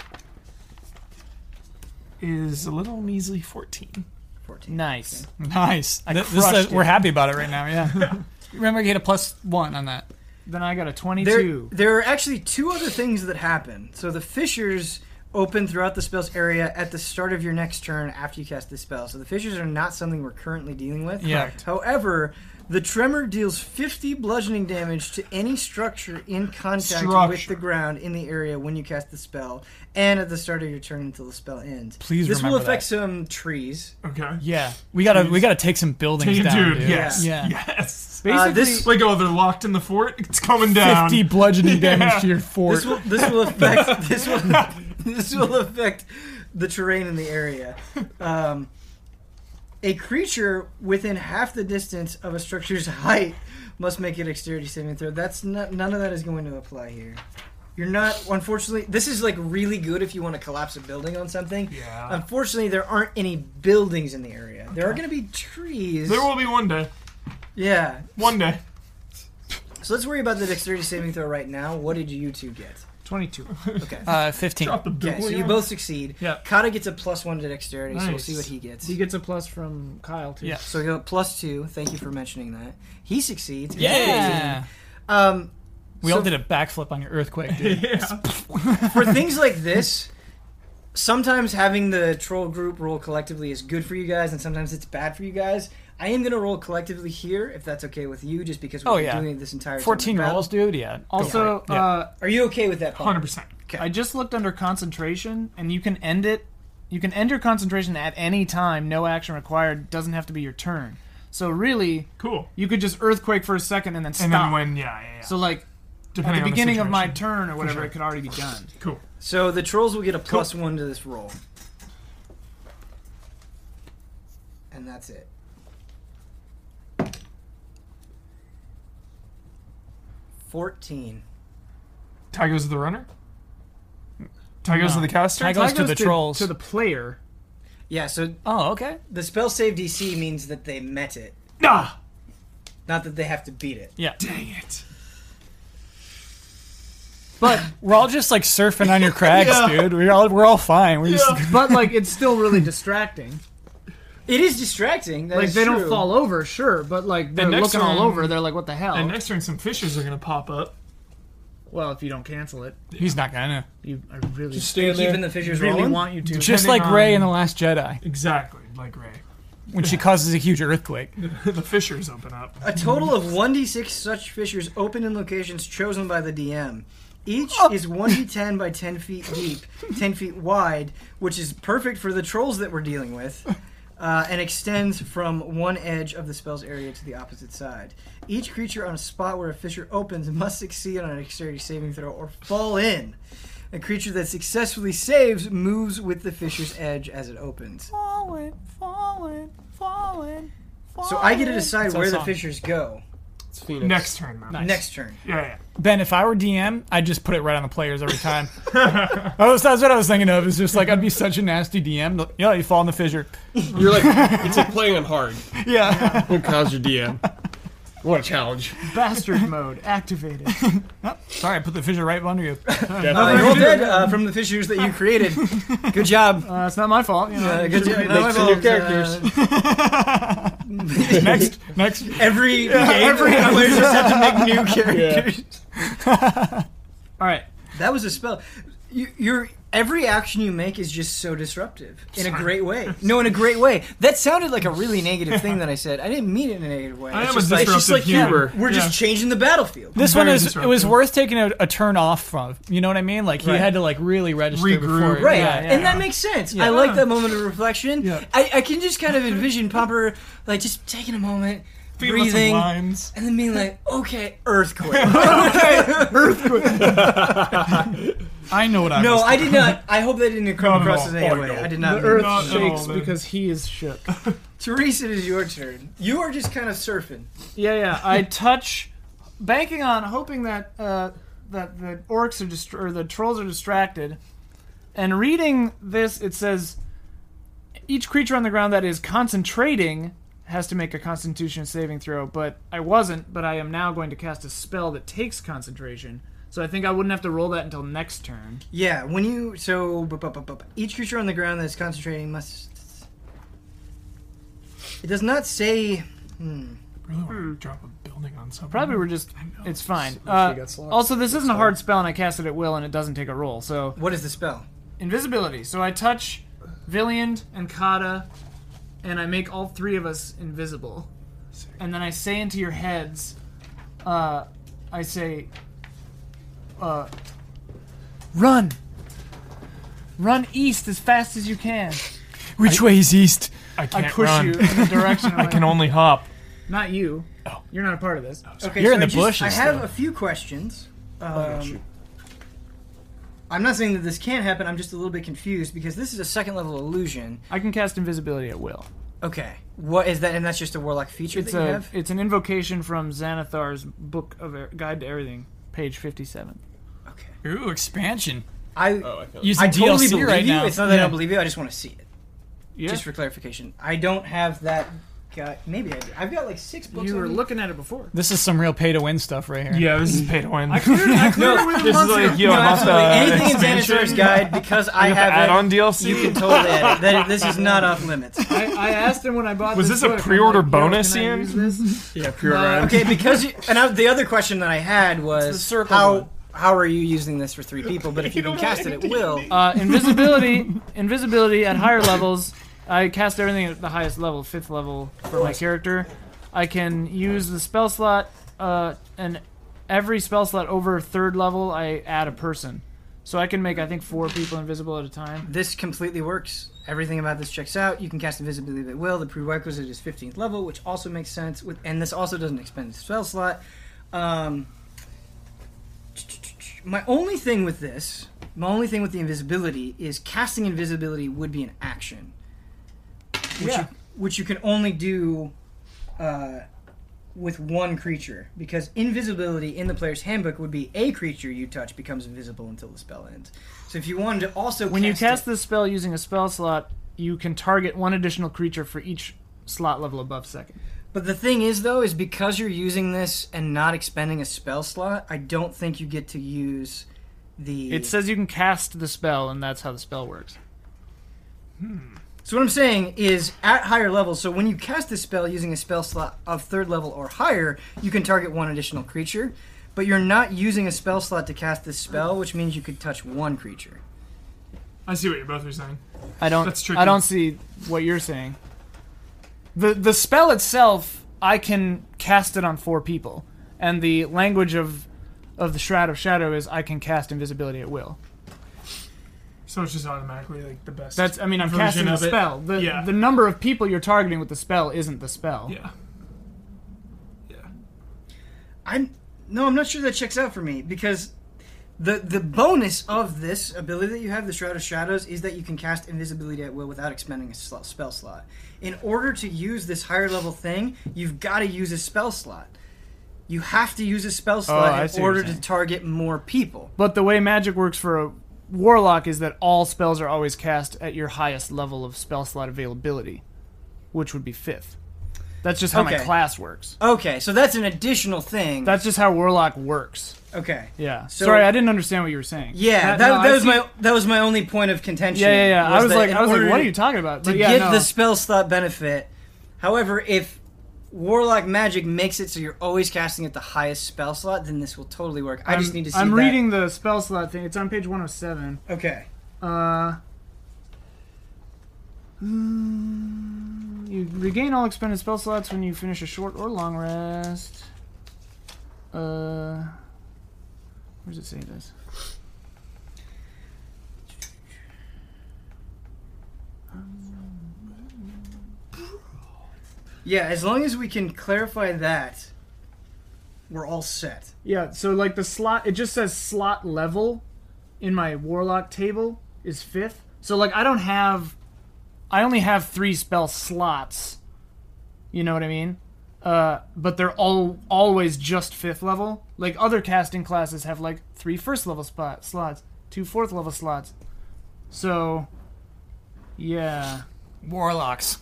Speaker 4: is a little measly 14.
Speaker 1: 14.
Speaker 5: Nice. Nice. I
Speaker 7: Th- this
Speaker 5: crushed
Speaker 7: is-
Speaker 5: it.
Speaker 7: we're happy about it right now.
Speaker 5: yeah. Remember, you get a plus one on that.
Speaker 6: Then I got a
Speaker 1: There,
Speaker 6: 22.
Speaker 1: there are actually two other things that happen. So the fissures open throughout the spell's area at the start of your next turn after you cast the spell. So the fissures are not something we're currently dealing with.
Speaker 5: Yeah. Correct.
Speaker 1: However, the tremor deals 50 bludgeoning damage to any structure in contact with
Speaker 4: Structure.
Speaker 1: the ground in the area when you cast the spell, and at the start of your turn until the spell ends.
Speaker 7: Please
Speaker 1: this will
Speaker 7: remember
Speaker 1: affect some trees.
Speaker 4: Okay.
Speaker 7: Yeah, we gotta we gotta take some buildings
Speaker 4: Dude,
Speaker 7: down, dude.
Speaker 4: yes.
Speaker 5: Yeah.
Speaker 4: Yes.
Speaker 1: Uh, this-
Speaker 4: like, oh, they're locked in the fort? It's coming down.
Speaker 7: Fifty bludgeoning damage to your fort.
Speaker 1: This will this will affect this will this will affect the terrain in the area. Um, a creature within half the distance of a structure's height must make a dexterity saving throw. That's not none of that is going to apply here. You're not unfortunately. This is like really good if you want to collapse a building on something.
Speaker 4: Yeah.
Speaker 1: Unfortunately, there aren't any buildings in the area. There are going to be trees.
Speaker 4: There will be one day.
Speaker 1: yeah.
Speaker 4: One day.
Speaker 1: So let's worry about the dexterity saving throw right now. What did you two get?
Speaker 6: 22.
Speaker 1: Okay.
Speaker 5: Uh, Fifteen.
Speaker 4: Drop the bill.
Speaker 1: Okay, so you both succeed.
Speaker 4: Yeah.
Speaker 1: Kata gets a plus one to dexterity, so we'll
Speaker 4: Nice.
Speaker 1: see what he gets.
Speaker 6: He gets a plus from Kyle, too.
Speaker 5: Yeah.
Speaker 1: So he'll plus two. Thank you for mentioning that. He succeeds.
Speaker 5: Yeah.
Speaker 1: Um,
Speaker 7: we
Speaker 1: so
Speaker 7: all did a backflip on your earthquake, dude.
Speaker 1: for things like this, sometimes having the troll group roll collectively is good for you guys, and sometimes it's bad for you guys. I am gonna roll collectively here, if that's okay with you, just because we're
Speaker 7: Oh, yeah.
Speaker 1: doing it this entire time in
Speaker 7: Fourteen
Speaker 1: battle.
Speaker 7: rolls, dude. Yeah.
Speaker 4: Oh,
Speaker 6: Also,
Speaker 7: Yeah.
Speaker 6: uh,
Speaker 1: Are you okay with that? Paul?
Speaker 4: 100%.
Speaker 1: Okay.
Speaker 6: I just looked under concentration, and you can end it. You can end your concentration at any time, no action required. Doesn't have to be your turn. So really,
Speaker 4: Cool.
Speaker 6: you could just earthquake for a second and then stop.
Speaker 4: And then when, yeah, yeah, yeah.
Speaker 6: so like at
Speaker 4: Depending
Speaker 6: the
Speaker 4: on
Speaker 6: beginning of my
Speaker 4: situation.
Speaker 6: turn or whatever,
Speaker 4: sure.
Speaker 6: it could already be done.
Speaker 4: Cool.
Speaker 1: So the trolls will get a plus one to this roll, and that's it. Fourteen.
Speaker 4: Tie goes to the runner? Tie goes to the caster?
Speaker 7: Tie goes to
Speaker 6: Goes
Speaker 7: the trolls.
Speaker 6: To the player.
Speaker 1: Yeah. So
Speaker 7: oh, okay.
Speaker 1: the spell save DC means that they met it,
Speaker 4: Nah!
Speaker 1: not that they have to beat it.
Speaker 4: Ah, Dang it.
Speaker 7: But we're all just like surfing on your crags, dude. We're all we're all fine. We're just
Speaker 6: but like it's still really distracting.
Speaker 1: It is distracting. that
Speaker 6: like
Speaker 1: is
Speaker 6: they
Speaker 1: true.
Speaker 6: don't fall over, sure, but like they're
Speaker 4: next
Speaker 6: looking all
Speaker 4: turn-
Speaker 6: over. They're like, what the hell?
Speaker 4: And next turn, some fishes are going to pop up.
Speaker 6: well, if you don't cancel it,
Speaker 7: he's not gonna.
Speaker 6: you I really
Speaker 8: Just stand there.
Speaker 1: Keeping the fissures
Speaker 6: really
Speaker 1: rolling.
Speaker 6: want you to.
Speaker 7: Just
Speaker 4: Depending
Speaker 7: like Ray
Speaker 4: on-
Speaker 7: in the Last Jedi
Speaker 4: Exactly, like Ray.
Speaker 7: when she causes a huge earthquake.
Speaker 4: the fissures open up.
Speaker 1: A total of 1d6 such fissures open in locations chosen by the DM. Each is 1d10 by 10 feet deep, 10 feet wide, which is perfect for the trolls that we're dealing with, uh, and extends from one edge of the spell's area to the opposite side. Each creature on a spot where a fissure opens must succeed on a dexterity saving throw or fall in. A creature that successfully saves moves with the fissure's edge as it opens.
Speaker 7: Falling, falling, falling.
Speaker 1: So I get to decide
Speaker 7: That's our
Speaker 1: where the
Speaker 7: song.
Speaker 1: fissures go
Speaker 8: It's Phoenix.
Speaker 4: Next turn, man.
Speaker 1: next turn.
Speaker 4: Yeah,
Speaker 7: Ben, if I were DM, I'd just put it right on the players every time. I was, that's what I was thinking of. It's just like I'd be such a nasty DM. Like, Yeah, you fall in the fissure.
Speaker 8: You're like it's like playing on hard.
Speaker 7: Yeah.
Speaker 8: How's your DM? What a challenge.
Speaker 6: bastard mode activated.
Speaker 7: Sorry, I put the fissure right under you.
Speaker 1: Uh,
Speaker 8: Definitely.
Speaker 1: you're all dead uh, from the fissures that you created. Good job.
Speaker 6: Uh, it's not my fault. You know,
Speaker 1: Uh, good job.
Speaker 8: Make some new
Speaker 6: Uh,
Speaker 8: characters.
Speaker 7: next, next.
Speaker 1: every game, every players just have to make new characters.
Speaker 6: All right.
Speaker 1: That was a spell. You, you're every action you make is just so disruptive in a great way. No, in a great way. That sounded like a really negative thing that I said. I didn't mean it in a negative way.
Speaker 4: I
Speaker 1: It's
Speaker 4: am a
Speaker 1: just like-
Speaker 4: disruptive
Speaker 2: It's just like
Speaker 4: human.
Speaker 2: humor.
Speaker 1: we're just changing the battlefield.
Speaker 5: This one
Speaker 4: Very
Speaker 5: is it was
Speaker 4: disruptive.
Speaker 5: worth taking a, a turn off from. You know what I mean? Like he
Speaker 1: Right.
Speaker 5: had to like really register before.
Speaker 4: Regroup.
Speaker 5: it-
Speaker 1: Right,
Speaker 5: yeah,
Speaker 1: and that makes sense. I like that moment of reflection.
Speaker 4: Yeah.
Speaker 1: I, I can just kind of envision Pumper like just taking a moment, breathing,
Speaker 4: lines.
Speaker 1: and then being like, "Okay, earthquake."
Speaker 5: I know what I
Speaker 1: no,
Speaker 5: was.
Speaker 1: I did not. I hope that didn't come
Speaker 4: Not at
Speaker 1: across
Speaker 4: all.
Speaker 1: as any
Speaker 4: Oh,
Speaker 1: way.
Speaker 4: no.
Speaker 1: I did
Speaker 6: The
Speaker 1: not. mean
Speaker 6: earth
Speaker 1: that.
Speaker 4: not at
Speaker 6: shakes
Speaker 4: all, man.
Speaker 6: because he is shook.
Speaker 1: Teresa, it is your turn. You are just kind of surfing.
Speaker 6: Yeah, yeah. I touch, banking on hoping that uh, that the orcs are dist- or the trolls are distracted, and reading this, it says each creature on the ground that is concentrating has to make a Constitution saving throw. But I wasn't. But I am now going to cast a spell that takes concentration. So I think I wouldn't have to roll that until next turn.
Speaker 1: Yeah, when you so bu- bu- bu- bu- bu- each creature on the ground that is concentrating must. It does not say. Hmm.
Speaker 4: Really want to drop a building on someone.
Speaker 6: Probably we're just. It's fine.
Speaker 4: So
Speaker 6: Uh,
Speaker 4: she got slots.
Speaker 6: also, this isn't a hard spell, and I cast it at will, and it doesn't take a roll. So
Speaker 1: What is the spell?
Speaker 6: invisibility. So I touch Villiand and Kata, and I make all three of us invisible. And then I say into your heads, uh, I say, uh, run! Run east as fast as you can.
Speaker 5: Which way is east?
Speaker 4: I
Speaker 6: I
Speaker 4: can't
Speaker 6: push
Speaker 4: run.
Speaker 6: you in the direction.
Speaker 4: I can only hop.
Speaker 6: Not you. Oh. You're not a part of this.
Speaker 1: Okay,
Speaker 5: You're in
Speaker 1: I
Speaker 5: the
Speaker 1: just-
Speaker 5: bushes,
Speaker 1: I have a few questions. Um, I'm not saying that this can't happen. I'm just a little bit confused because this is a second level illusion.
Speaker 6: I can cast invisibility at will.
Speaker 1: Okay, what is that? And that's just a warlock feature
Speaker 6: It's
Speaker 1: that you
Speaker 6: a
Speaker 1: have.
Speaker 6: it's an invocation from Xanathar's book of Er- Guide to Everything, page fifty-seven.
Speaker 1: Okay,
Speaker 5: Ooh, expansion.
Speaker 1: I
Speaker 8: Oh, I feel
Speaker 5: Using
Speaker 1: I totally
Speaker 5: DLC
Speaker 1: believe
Speaker 5: right
Speaker 1: you.
Speaker 5: now.
Speaker 1: It's not that I
Speaker 5: Yeah.
Speaker 1: don't believe you. I just want to see it.
Speaker 6: Yeah.
Speaker 1: Just for clarification, I don't have that. Guy. Maybe I do. I've got like six books.
Speaker 6: you
Speaker 1: on
Speaker 6: were
Speaker 1: me.
Speaker 6: looking at it before.
Speaker 5: This is some real pay to win stuff right here.
Speaker 4: Yeah, this is pay to win.
Speaker 6: this
Speaker 4: This is like, yo,
Speaker 1: No,
Speaker 4: I'm off the
Speaker 1: absolutely. Anything in
Speaker 4: expansion.
Speaker 1: Xanatar's guide because I,
Speaker 4: I got
Speaker 1: have
Speaker 4: the add
Speaker 1: it.
Speaker 4: on DLC.
Speaker 1: You can totally add it. That, this is not off limits.
Speaker 6: I, I asked him when I bought.
Speaker 4: Was
Speaker 6: this,
Speaker 4: this a
Speaker 6: book, I'm
Speaker 4: pre-order
Speaker 6: like, yo,
Speaker 4: bonus,
Speaker 6: can I
Speaker 4: Ian?
Speaker 6: use this?
Speaker 2: Yeah, pure
Speaker 6: Uh,
Speaker 2: rhyme.
Speaker 1: Okay, because you, and I, the other question that I had
Speaker 6: the
Speaker 1: was
Speaker 6: circle
Speaker 1: how
Speaker 6: one.
Speaker 1: how are you using this for three people? But if you can cast it, it will.
Speaker 6: Uh, invisibility, invisibility at higher levels. I cast everything at the highest level, fifth level for my character. I can use the spell slot, uh, and every spell slot over third level, I add a person. So I can make I think four people invisible at a time.
Speaker 1: This completely works. Everything about this checks out. You can cast invisibility that will. The prerequisite is 15th level, which also makes sense. With and this also doesn't expend the spell slot. Um, my only thing with this, my only thing with the invisibility is casting invisibility would be an action, which you, which you can only do uh, with one creature because invisibility in the player's handbook would be a creature you touch becomes invisible until the spell ends. So if you wanted to also
Speaker 6: When you
Speaker 1: it-
Speaker 6: cast this spell using a spell slot, you can target one additional creature for each slot level above second.
Speaker 1: But the thing is, though, is because you're using this and not expending a spell slot, I don't think you get to use the.
Speaker 6: It says you can cast the spell, and that's how the spell works.
Speaker 1: so what I'm saying is, at higher levels, so when you cast this spell using a spell slot of third level or higher, you can target one additional creature. But you're not using a spell slot to cast this spell, which means you could touch one creature.
Speaker 4: I see what you both are saying.
Speaker 6: I don't.
Speaker 4: That's tricky.
Speaker 6: I don't see what you're saying. the The spell itself, I can cast it on four people, and the language of of the Shroud of Shadow is I can cast invisibility at will.
Speaker 4: So it's just automatically like the best.
Speaker 6: That's. I mean, I'm casting
Speaker 4: Version
Speaker 6: the
Speaker 4: of it.
Speaker 6: spell. The
Speaker 4: Yeah.
Speaker 6: the number of people you're targeting with the spell isn't the spell.
Speaker 4: yeah.
Speaker 1: I'm no, I'm not sure that checks out for me because the the bonus of this ability that you have, the Shroud of Shadows, is that you can cast invisibility at will without expending a sl- spell slot. In order to use this higher level thing, you've got to use a spell slot. You have to use a spell
Speaker 6: Oh, I
Speaker 1: slot
Speaker 6: see
Speaker 1: in
Speaker 6: what
Speaker 1: order
Speaker 6: you're
Speaker 1: to
Speaker 6: saying.
Speaker 1: target more people.
Speaker 6: But the way magic works for a warlock is that all spells are always cast at your highest level of spell slot availability, which would be fifth. That's just how my
Speaker 1: Okay.
Speaker 6: class works.
Speaker 1: Okay, so that's an additional thing.
Speaker 6: That's just how warlock works.
Speaker 1: okay.
Speaker 6: Yeah.
Speaker 1: So-
Speaker 6: Sorry, I didn't understand what you were saying.
Speaker 1: Yeah, that,
Speaker 6: no,
Speaker 1: that
Speaker 6: I
Speaker 1: was
Speaker 6: see-
Speaker 1: my that was my only point of contention.
Speaker 6: Yeah, yeah, yeah. I was
Speaker 1: that
Speaker 6: like,
Speaker 1: in
Speaker 6: I was like,
Speaker 1: order
Speaker 6: what
Speaker 1: to-
Speaker 6: are you talking about?
Speaker 1: to
Speaker 6: But yeah,
Speaker 1: get
Speaker 6: no.
Speaker 1: the spell slot benefit. However, if Warlock Magic makes it so you're always casting at the highest spell slot, then this will totally work. I
Speaker 6: I'm,
Speaker 1: just need to see.
Speaker 6: I'm
Speaker 1: that.
Speaker 6: reading the spell slot thing. It's on page 107.
Speaker 1: Okay.
Speaker 6: Uh, mm, you regain all expended spell slots when you finish a short or long rest. Uh, where does it say this?
Speaker 1: Yeah, as long as we can clarify that, we're all set.
Speaker 6: Yeah, so like the slot, it just says slot level in my warlock table is fifth. So like I don't have, I only have three spell slots. You know what I mean? Uh, but they're all always just fifth level. Like other casting classes have like three first level spot slots, two fourth level slots. So, yeah,
Speaker 5: Warlocks.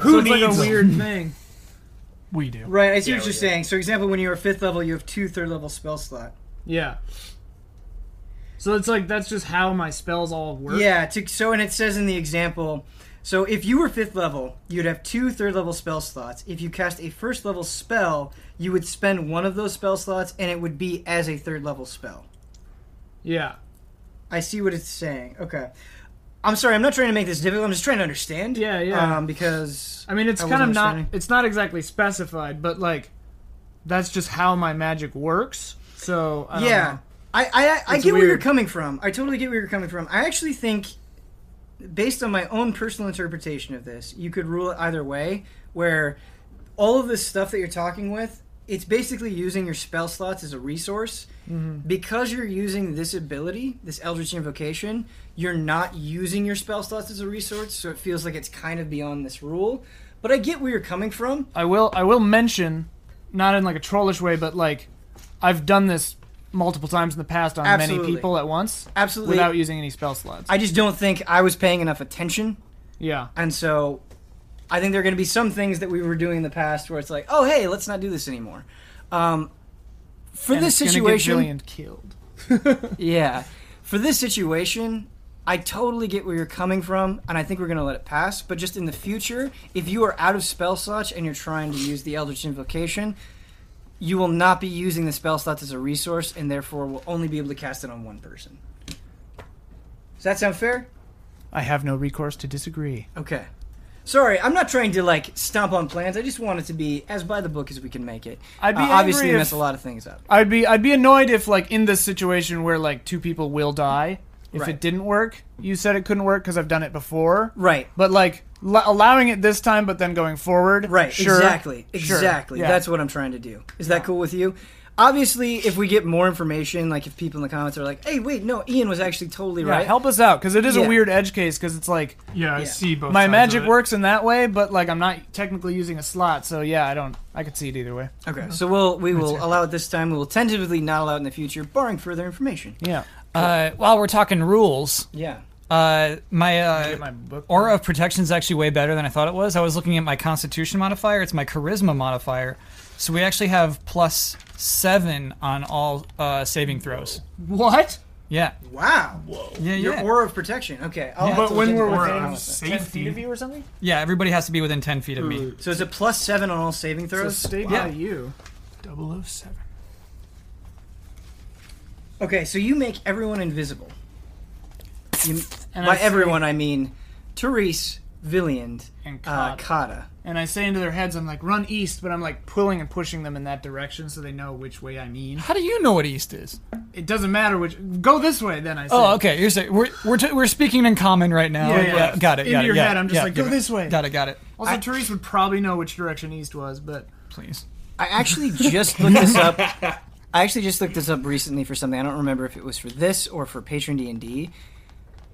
Speaker 6: so it's like a weird thing.
Speaker 4: We do.
Speaker 1: Right, I see what you're saying. So, example, when you're a fifth level, you have two third level spell slot.
Speaker 6: Yeah. So it's like that's just how my spells all work.
Speaker 1: Yeah. To, so, and it says in the example, so if you were fifth level, you'd have two third level spell slots. If you cast a first level spell, you would spend one of those spell slots, and it would be as a third level spell.
Speaker 6: Yeah.
Speaker 1: I see what it's saying. Okay. I'm sorry. I'm not trying to make this difficult. I'm just trying to understand.
Speaker 6: Yeah, yeah.
Speaker 1: Um, because
Speaker 6: I mean, it's
Speaker 1: I
Speaker 6: kind of
Speaker 1: wasn't
Speaker 6: not.
Speaker 1: understanding.
Speaker 6: It's not exactly specified, but like, that's just how my magic works. So I don't
Speaker 1: yeah, I I, I, I
Speaker 6: It's
Speaker 1: get where you're
Speaker 6: weird.
Speaker 1: coming from. I totally get where you're coming from. I actually think, based on my own personal interpretation of this, you could rule it either way. Where all of this stuff that you're talking with, it's basically using your spell slots as a resource.
Speaker 6: Mm-hmm.
Speaker 1: Because you're using this ability, this Eldritch Invocation, you're not using your spell slots as a resource, so it feels like it's kind of beyond this rule. But I get where you're coming from.
Speaker 6: I will I will mention, not in like a trollish way, but like I've done this multiple times in the past on
Speaker 1: Absolutely.
Speaker 6: many people at once
Speaker 1: Absolutely.
Speaker 6: without using any spell slots.
Speaker 1: I just don't think I was paying enough attention
Speaker 6: yeah,
Speaker 1: And so I think there are going to be some things that we were doing in the past where it's like, oh, hey, let's not do this anymore. Um, for
Speaker 6: And
Speaker 1: this
Speaker 6: it's gonna
Speaker 1: situation,
Speaker 6: get Jillian killed.
Speaker 1: yeah. For this situation, I totally get where you're coming from, and I think we're going to let it pass. But just in the future, if you are out of spell slots and you're trying to use the Eldritch Invocation, you will not be using the spell slots as a resource, and therefore will only be able to cast it on one person. Does that sound fair?
Speaker 6: I have no recourse to disagree.
Speaker 1: Okay. Sorry, I'm not trying to like stomp on plans. I just want it to be as by the book as we can make it.
Speaker 6: I'd be
Speaker 1: Uh, obviously
Speaker 6: angry
Speaker 1: they
Speaker 6: if-
Speaker 1: mess a lot of things up.
Speaker 6: I'd be I'd be annoyed if like in this situation where like two people will die if
Speaker 1: Right.
Speaker 6: it didn't work. You said it couldn't work because I've done it before.
Speaker 1: Right.
Speaker 6: But like l- allowing it this time, but then going forward.
Speaker 1: Right.
Speaker 6: Sure.
Speaker 1: Exactly.
Speaker 6: Sure.
Speaker 1: Exactly.
Speaker 6: Yeah.
Speaker 1: That's what I'm trying to do. Is that cool with you? Obviously, if we get more information, like if people in the comments are like, "Hey, wait, no, Ian was actually totally
Speaker 6: Yeah,
Speaker 1: right."
Speaker 6: help us out because it is
Speaker 1: Yeah.
Speaker 6: a weird edge case because it's like
Speaker 4: Yeah, I
Speaker 1: Yeah.
Speaker 4: see both.
Speaker 6: my
Speaker 4: sides
Speaker 6: magic
Speaker 4: of it.
Speaker 6: works in that way, but like I'm not technically using a slot, so yeah, I don't. I could see it either way.
Speaker 1: Okay. So we'll we will allow it this time. We will tentatively not allow it in the future, barring further information.
Speaker 6: Yeah.
Speaker 5: Uh, while we're talking rules,
Speaker 1: Yeah.
Speaker 5: uh, my uh,
Speaker 6: My book.
Speaker 5: aura of protection is actually way better than I thought it was. I was looking at my constitution modifier; it's my charisma modifier. So we actually have plus seven on all uh, saving throws.
Speaker 6: What?
Speaker 5: Yeah,
Speaker 1: Wow.
Speaker 5: yeah,
Speaker 1: Your
Speaker 5: yeah.
Speaker 1: aura of protection. Okay. I'll have
Speaker 4: But
Speaker 1: to
Speaker 4: when
Speaker 1: look
Speaker 4: we're
Speaker 1: into that.
Speaker 4: within
Speaker 6: Ten feet of
Speaker 4: safety,
Speaker 6: you or something?
Speaker 5: yeah, everybody has to be within ten feet of me.
Speaker 1: So it's a plus seven on all saving
Speaker 6: So
Speaker 1: throws.
Speaker 6: stay by
Speaker 5: Yeah.
Speaker 6: you.
Speaker 4: 007.
Speaker 1: Okay, so you make everyone invisible. You,
Speaker 6: And
Speaker 1: by
Speaker 6: I say-
Speaker 1: everyone, I mean Therese, Villiand,
Speaker 6: And
Speaker 1: uh,
Speaker 6: caught.
Speaker 1: Kata.
Speaker 6: and I say into their heads, I'm like, run east, but I'm like pulling and pushing them in that direction so they know which way I mean.
Speaker 7: How do you know what East is?
Speaker 6: It doesn't matter which. Go this way, then I say.
Speaker 5: Oh, okay. You're saying, we're we're, t- we're speaking in common right now.
Speaker 6: Yeah, yeah.
Speaker 5: Got it.
Speaker 6: Into
Speaker 5: got it,
Speaker 6: your
Speaker 5: yeah,
Speaker 6: head, I'm just
Speaker 5: yeah,
Speaker 6: like, go
Speaker 5: yeah.
Speaker 6: this way.
Speaker 5: Got it. Got it.
Speaker 6: Also, Therese would probably know which direction east was, but
Speaker 5: Please.
Speaker 1: I actually just looked this up. I actually just looked this up recently for something. I don't remember if it was for this or for Patron D and D.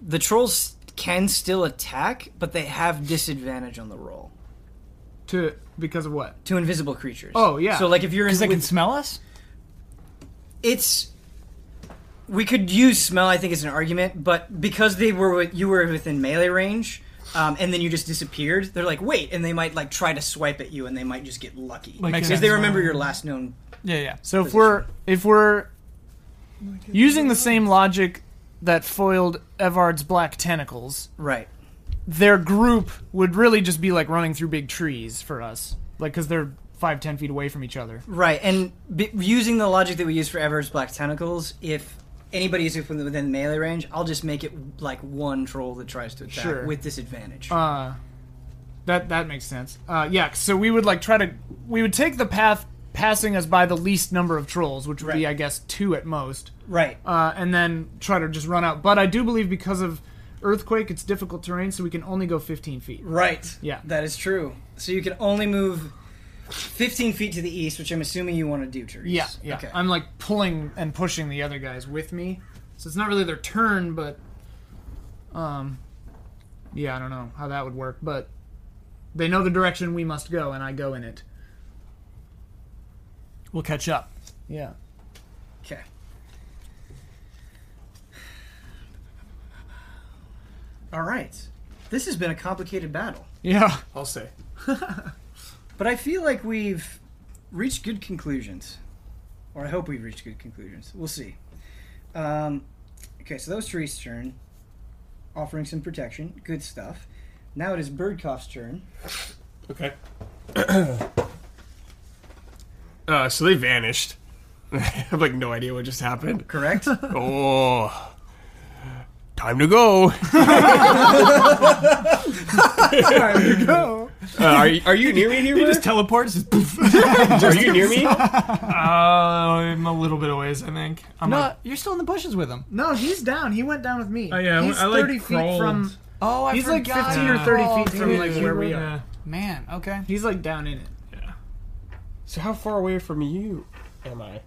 Speaker 1: The trolls can still attack, but they have disadvantage on the roll
Speaker 6: to because of what?
Speaker 1: to invisible creatures.
Speaker 6: Oh, yeah.
Speaker 1: So like if you're in,
Speaker 5: Because they
Speaker 1: with-
Speaker 5: can smell us.
Speaker 1: it's we could use smell i think as an argument but because they were with- you were within melee range um, and then you just disappeared they're like wait and they might like try to swipe at you and they might just get lucky
Speaker 5: Makes
Speaker 1: because
Speaker 5: sense.
Speaker 1: they remember your last known
Speaker 5: Yeah, yeah.
Speaker 6: So if we're if we're using the same logic that foiled Evard's black tentacles,
Speaker 1: right
Speaker 6: their group would really just be like running through big trees for us, like because they're five ten feet away from each other.
Speaker 1: right and b- using the logic that we use for ever's black tentacles if anybody who's within melee range, I'll just make it like one troll that tries to attack
Speaker 6: Sure.
Speaker 1: with disadvantage.
Speaker 6: Uh, that that makes sense. Uh, yeah. So we would like try to we would take the path passing us by the least number of trolls, which would be
Speaker 1: Right.
Speaker 6: I guess two at most,
Speaker 1: right.
Speaker 6: uh, and then try to just run out. But I do believe because of earthquake, it's difficult terrain, so we can only go 15 feet.
Speaker 1: Right.
Speaker 6: Yeah.
Speaker 1: That is true. So you can only move 15 feet to the east, which I'm assuming you want to do, Therese.
Speaker 6: Yeah, yeah.
Speaker 1: Okay.
Speaker 6: I'm like pulling and pushing the other guys with me, so it's not really their turn, but um, yeah, I don't know how that would work, but they know the direction we must go, and I go in it.
Speaker 5: We'll catch up.
Speaker 6: Yeah.
Speaker 1: Okay. All right. This has been a complicated battle,
Speaker 6: Yeah.
Speaker 2: I'll say.
Speaker 1: but I feel like we've reached good conclusions, or I hope we've reached good conclusions. We'll see. Um, okay, so that was Therese' turn, offering some protection. Good stuff. Now it is Birdcoff's turn.
Speaker 2: Okay. uh, so they vanished. I have like no idea what just happened.
Speaker 1: Correct.
Speaker 2: Oh, time to go. Uh, are, you, are you near me here?
Speaker 5: Just teleports. Just poof.
Speaker 2: Are you near me?
Speaker 4: Uh, I'm a little bit away, I think. I'm
Speaker 5: No,
Speaker 4: like,
Speaker 5: you're still in the bushes with him.
Speaker 6: No, he's down. He went down with me.
Speaker 4: Oh, yeah, I-
Speaker 6: he's
Speaker 4: I, like,
Speaker 6: thirty feet
Speaker 4: crawled.
Speaker 6: from.
Speaker 5: Oh, I
Speaker 6: He's like
Speaker 5: forgot.
Speaker 6: fifteen or thirty
Speaker 5: Oh,
Speaker 6: feet from
Speaker 5: dude.
Speaker 6: like where we are.
Speaker 4: yeah.
Speaker 5: Man, okay.
Speaker 6: He's like down in it.
Speaker 2: So how far away from you am I?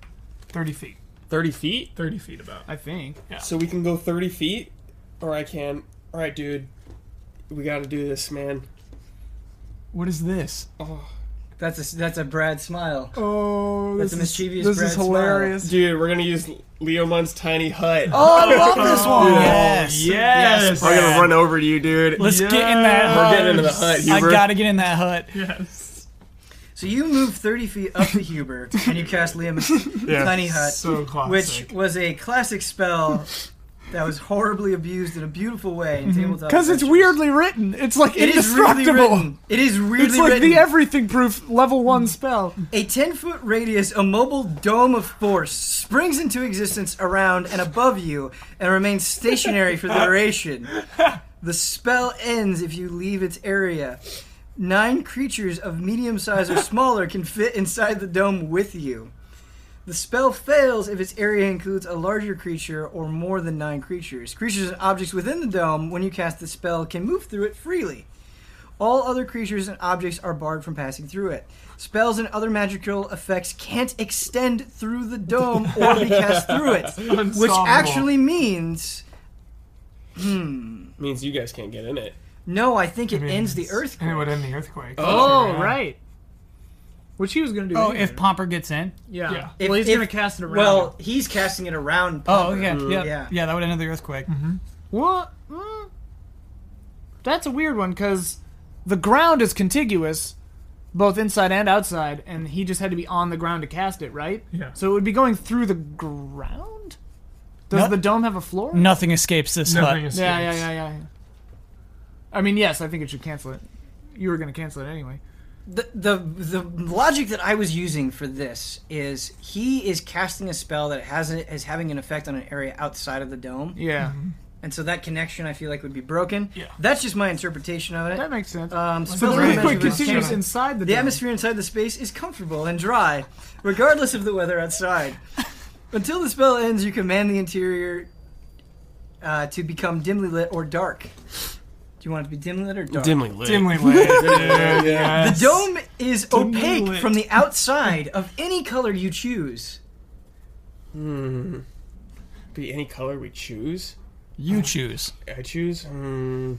Speaker 4: 30 feet.
Speaker 2: Thirty feet.
Speaker 4: 30 feet about.
Speaker 6: I think.
Speaker 2: So we can go thirty feet, or I can. All right, dude. We got to do this, man.
Speaker 3: What is this?
Speaker 1: That's a that's a Brad smile.
Speaker 3: Oh,
Speaker 1: That's
Speaker 3: this is-
Speaker 1: a mischievous
Speaker 3: This
Speaker 1: Brad
Speaker 3: is
Speaker 1: smile.
Speaker 3: hilarious.
Speaker 2: Dude, we're gonna use Leomon's tiny hut.
Speaker 5: Oh, I love this one.
Speaker 4: Yes. Yes.
Speaker 2: We're gonna run over to you, dude.
Speaker 5: Let's get in that
Speaker 2: We're
Speaker 5: hut.
Speaker 2: getting into the hut,
Speaker 5: I
Speaker 2: Huber.
Speaker 5: gotta get in that hut.
Speaker 4: Yes.
Speaker 1: So you move 30 feet up to Huber and you cast Liam's Tiny Hut,
Speaker 4: So classic.
Speaker 1: which was a classic spell that was horribly abused in a beautiful way in tabletop.
Speaker 3: Because Mm-hmm. it's
Speaker 1: adventures.
Speaker 3: weirdly written. It's like
Speaker 1: It is
Speaker 3: indestructible.
Speaker 1: really written. It is really
Speaker 3: it's like
Speaker 1: written.
Speaker 3: the everything proof level one spell.
Speaker 1: a 10 foot radius, immobile dome of force springs into existence around and above you and remains stationary for the duration. The spell ends if you leave its area. Nine creatures of medium size or smaller can fit inside the dome with you. The spell fails if its area includes a larger creature or more than nine creatures. Creatures and objects within the dome, when you cast the spell, can move through it freely. All other creatures and objects are barred from passing through it. Spells and other magical effects can't extend through the dome or be cast through it, which
Speaker 4: Unsolvable.
Speaker 1: actually means hmm.
Speaker 2: Means you guys can't get in it.
Speaker 1: No, I think it
Speaker 4: I mean,
Speaker 1: ends the
Speaker 4: it's- And it
Speaker 1: earthquake.
Speaker 4: would end the earthquake.
Speaker 6: Oh
Speaker 4: Sure, yeah.
Speaker 6: right. Which he was gonna do.
Speaker 5: Oh,
Speaker 6: anyway.
Speaker 5: if Pomper gets in.
Speaker 6: yeah.
Speaker 4: yeah.
Speaker 1: If-
Speaker 6: well, he's
Speaker 1: if-
Speaker 6: gonna cast it around.
Speaker 1: Well, he's casting it around.
Speaker 5: Oh,
Speaker 1: Pomper.
Speaker 5: yeah, yeah,
Speaker 1: Yeah.
Speaker 5: yeah, That would end the earthquake.
Speaker 3: Mm-hmm.
Speaker 6: What? Mm. That's a weird one because the ground is contiguous, both inside and outside, and he just had to be on the ground to cast it, right?
Speaker 4: Yeah.
Speaker 6: So it would be going through the ground. Does
Speaker 5: No-
Speaker 6: the dome have a floor?
Speaker 5: Nothing escapes this
Speaker 4: Nothing
Speaker 5: hut.
Speaker 4: escapes.
Speaker 6: Yeah, yeah, yeah, yeah. yeah. I mean, yes, I think it should cancel it. You were going to cancel it anyway.
Speaker 1: the, the the logic that I was using for this is he is casting a spell that has a, is having an effect on an area outside of the dome,
Speaker 6: Yeah,
Speaker 1: and so that connection I feel like would be broken.
Speaker 4: Yeah.
Speaker 1: That's just my interpretation of it.
Speaker 6: that makes sense.
Speaker 4: Uh,
Speaker 1: Um,
Speaker 6: so
Speaker 1: spells
Speaker 6: the
Speaker 1: are
Speaker 6: earthquake
Speaker 1: magical.
Speaker 6: continues
Speaker 4: Shut up.
Speaker 6: inside the,
Speaker 1: The
Speaker 6: dome.
Speaker 1: atmosphere inside the space is comfortable and dry, regardless of the weather outside. Until the spell ends, you command the interior uh, to become dimly lit or dark. Do you want it to be dimly lit or dark?
Speaker 2: Dimly lit.
Speaker 4: Dimly lit. yeah,
Speaker 1: The dome is
Speaker 4: Dimly
Speaker 1: opaque
Speaker 4: lit.
Speaker 1: from the outside of any color you choose.
Speaker 2: Hmm. Be any color we choose.
Speaker 5: You choose.
Speaker 2: I choose. Hmm.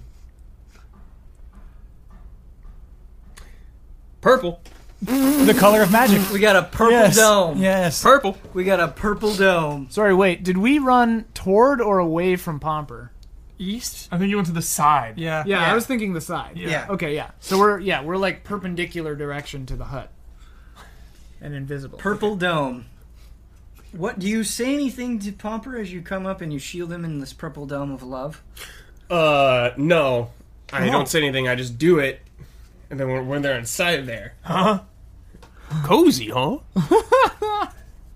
Speaker 2: Purple.
Speaker 5: The color of magic.
Speaker 1: We got a purple
Speaker 5: yes.
Speaker 1: dome.
Speaker 5: Yes.
Speaker 2: Purple.
Speaker 1: We got a purple dome.
Speaker 6: Sorry, wait. Did we run toward or away from Pomper?
Speaker 5: East.
Speaker 4: I think you went to the side.
Speaker 5: Yeah.
Speaker 6: Yeah, I was thinking the side.
Speaker 1: Yeah.
Speaker 6: Okay, yeah. So we're yeah, we're like perpendicular direction to the hut. And invisible.
Speaker 1: Purple dome. What do you say anything to Pomper as you come up and you shield him in this purple dome of love?
Speaker 2: Uh, no. I don't say anything. I just do it. And then when, when they're inside there. Huh? Cozy, huh?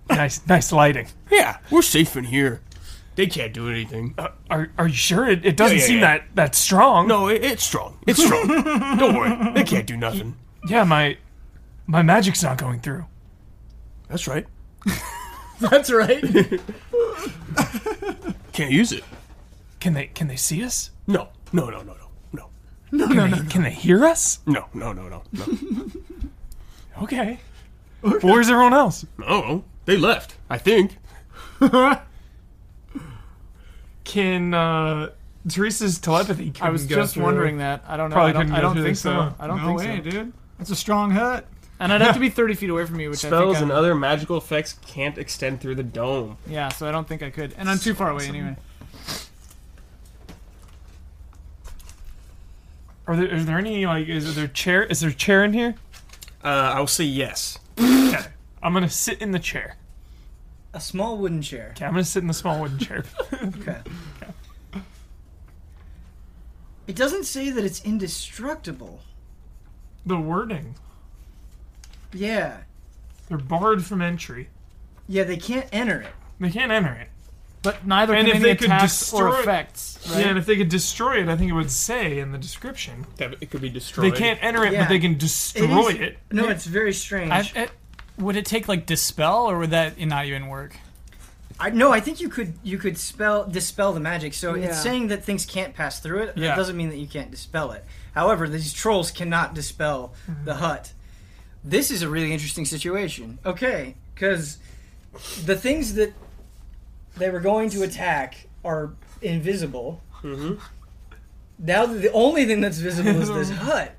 Speaker 4: Nice, nice lighting.
Speaker 2: Yeah, we're safe in here. They can't do anything.
Speaker 4: Are, are you sure? It, it doesn't
Speaker 2: yeah,
Speaker 4: seem
Speaker 2: yeah.
Speaker 4: that that strong.
Speaker 2: No, it, it's strong. It's strong. Don't worry. They can't do nothing.
Speaker 4: Yeah, my my magic's not going through.
Speaker 2: That's right.
Speaker 6: That's right.
Speaker 2: Can't use it.
Speaker 4: Can they can they see us?
Speaker 2: No. No, no, no, no. No.
Speaker 4: No, can no, they, no. Can they hear us?
Speaker 2: No, no, no, no. No.
Speaker 4: Okay. Well, where's everyone else?
Speaker 2: no. They left, I think.
Speaker 4: Can uh Teresa's telepathy?
Speaker 6: I was
Speaker 4: couldn't go
Speaker 6: just
Speaker 4: through.
Speaker 6: wondering that. I don't know.
Speaker 4: Probably
Speaker 6: I don't,
Speaker 4: couldn't
Speaker 6: I
Speaker 4: go
Speaker 6: don't
Speaker 4: through
Speaker 6: think
Speaker 4: this,
Speaker 6: so.
Speaker 4: huh?
Speaker 6: I don't
Speaker 4: No
Speaker 6: think
Speaker 4: way,
Speaker 6: so. dude.
Speaker 7: That's a strong hut.
Speaker 6: And I'd have to be 30 feet away from you, which I think
Speaker 8: Spells
Speaker 6: I'm-
Speaker 8: and other magical effects can't extend through the dome.
Speaker 6: Yeah, so I don't think I could. And I'm too far away anyway.
Speaker 4: Are there is there any like is there chair is there a chair in here?
Speaker 2: Uh, I will say yes.
Speaker 4: Okay. I'm gonna sit in the chair.
Speaker 1: A small wooden chair.
Speaker 4: Okay, I'm gonna sit in the small wooden chair.
Speaker 1: Okay. It doesn't say that it's indestructible.
Speaker 4: the wording.
Speaker 1: Yeah.
Speaker 4: They're barred from entry.
Speaker 1: Yeah, they can't enter it.
Speaker 4: They can't enter it.
Speaker 6: But neither
Speaker 4: And
Speaker 6: can
Speaker 4: if
Speaker 6: any
Speaker 4: they could
Speaker 6: attacks or
Speaker 4: destroy-
Speaker 6: effects. Right?
Speaker 4: Yeah, and if they could destroy it, I think it would say in the description.
Speaker 8: That it could be destroyed.
Speaker 4: They can't enter it,
Speaker 1: Yeah.
Speaker 4: but they can destroy
Speaker 1: is-
Speaker 4: it.
Speaker 1: No, it's very strange.
Speaker 5: I, it, would it take like dispel, or would that not even work?
Speaker 1: I, no, I think you could you could spell dispel the magic. So
Speaker 6: Yeah.
Speaker 1: it's saying that things can't pass through it.
Speaker 5: Yeah.
Speaker 1: That doesn't mean that you can't dispel it. However, these trolls cannot dispel the hut. This is a really interesting situation. Okay, because the things that they were going to attack are invisible. Now the only thing that's visible is this hut.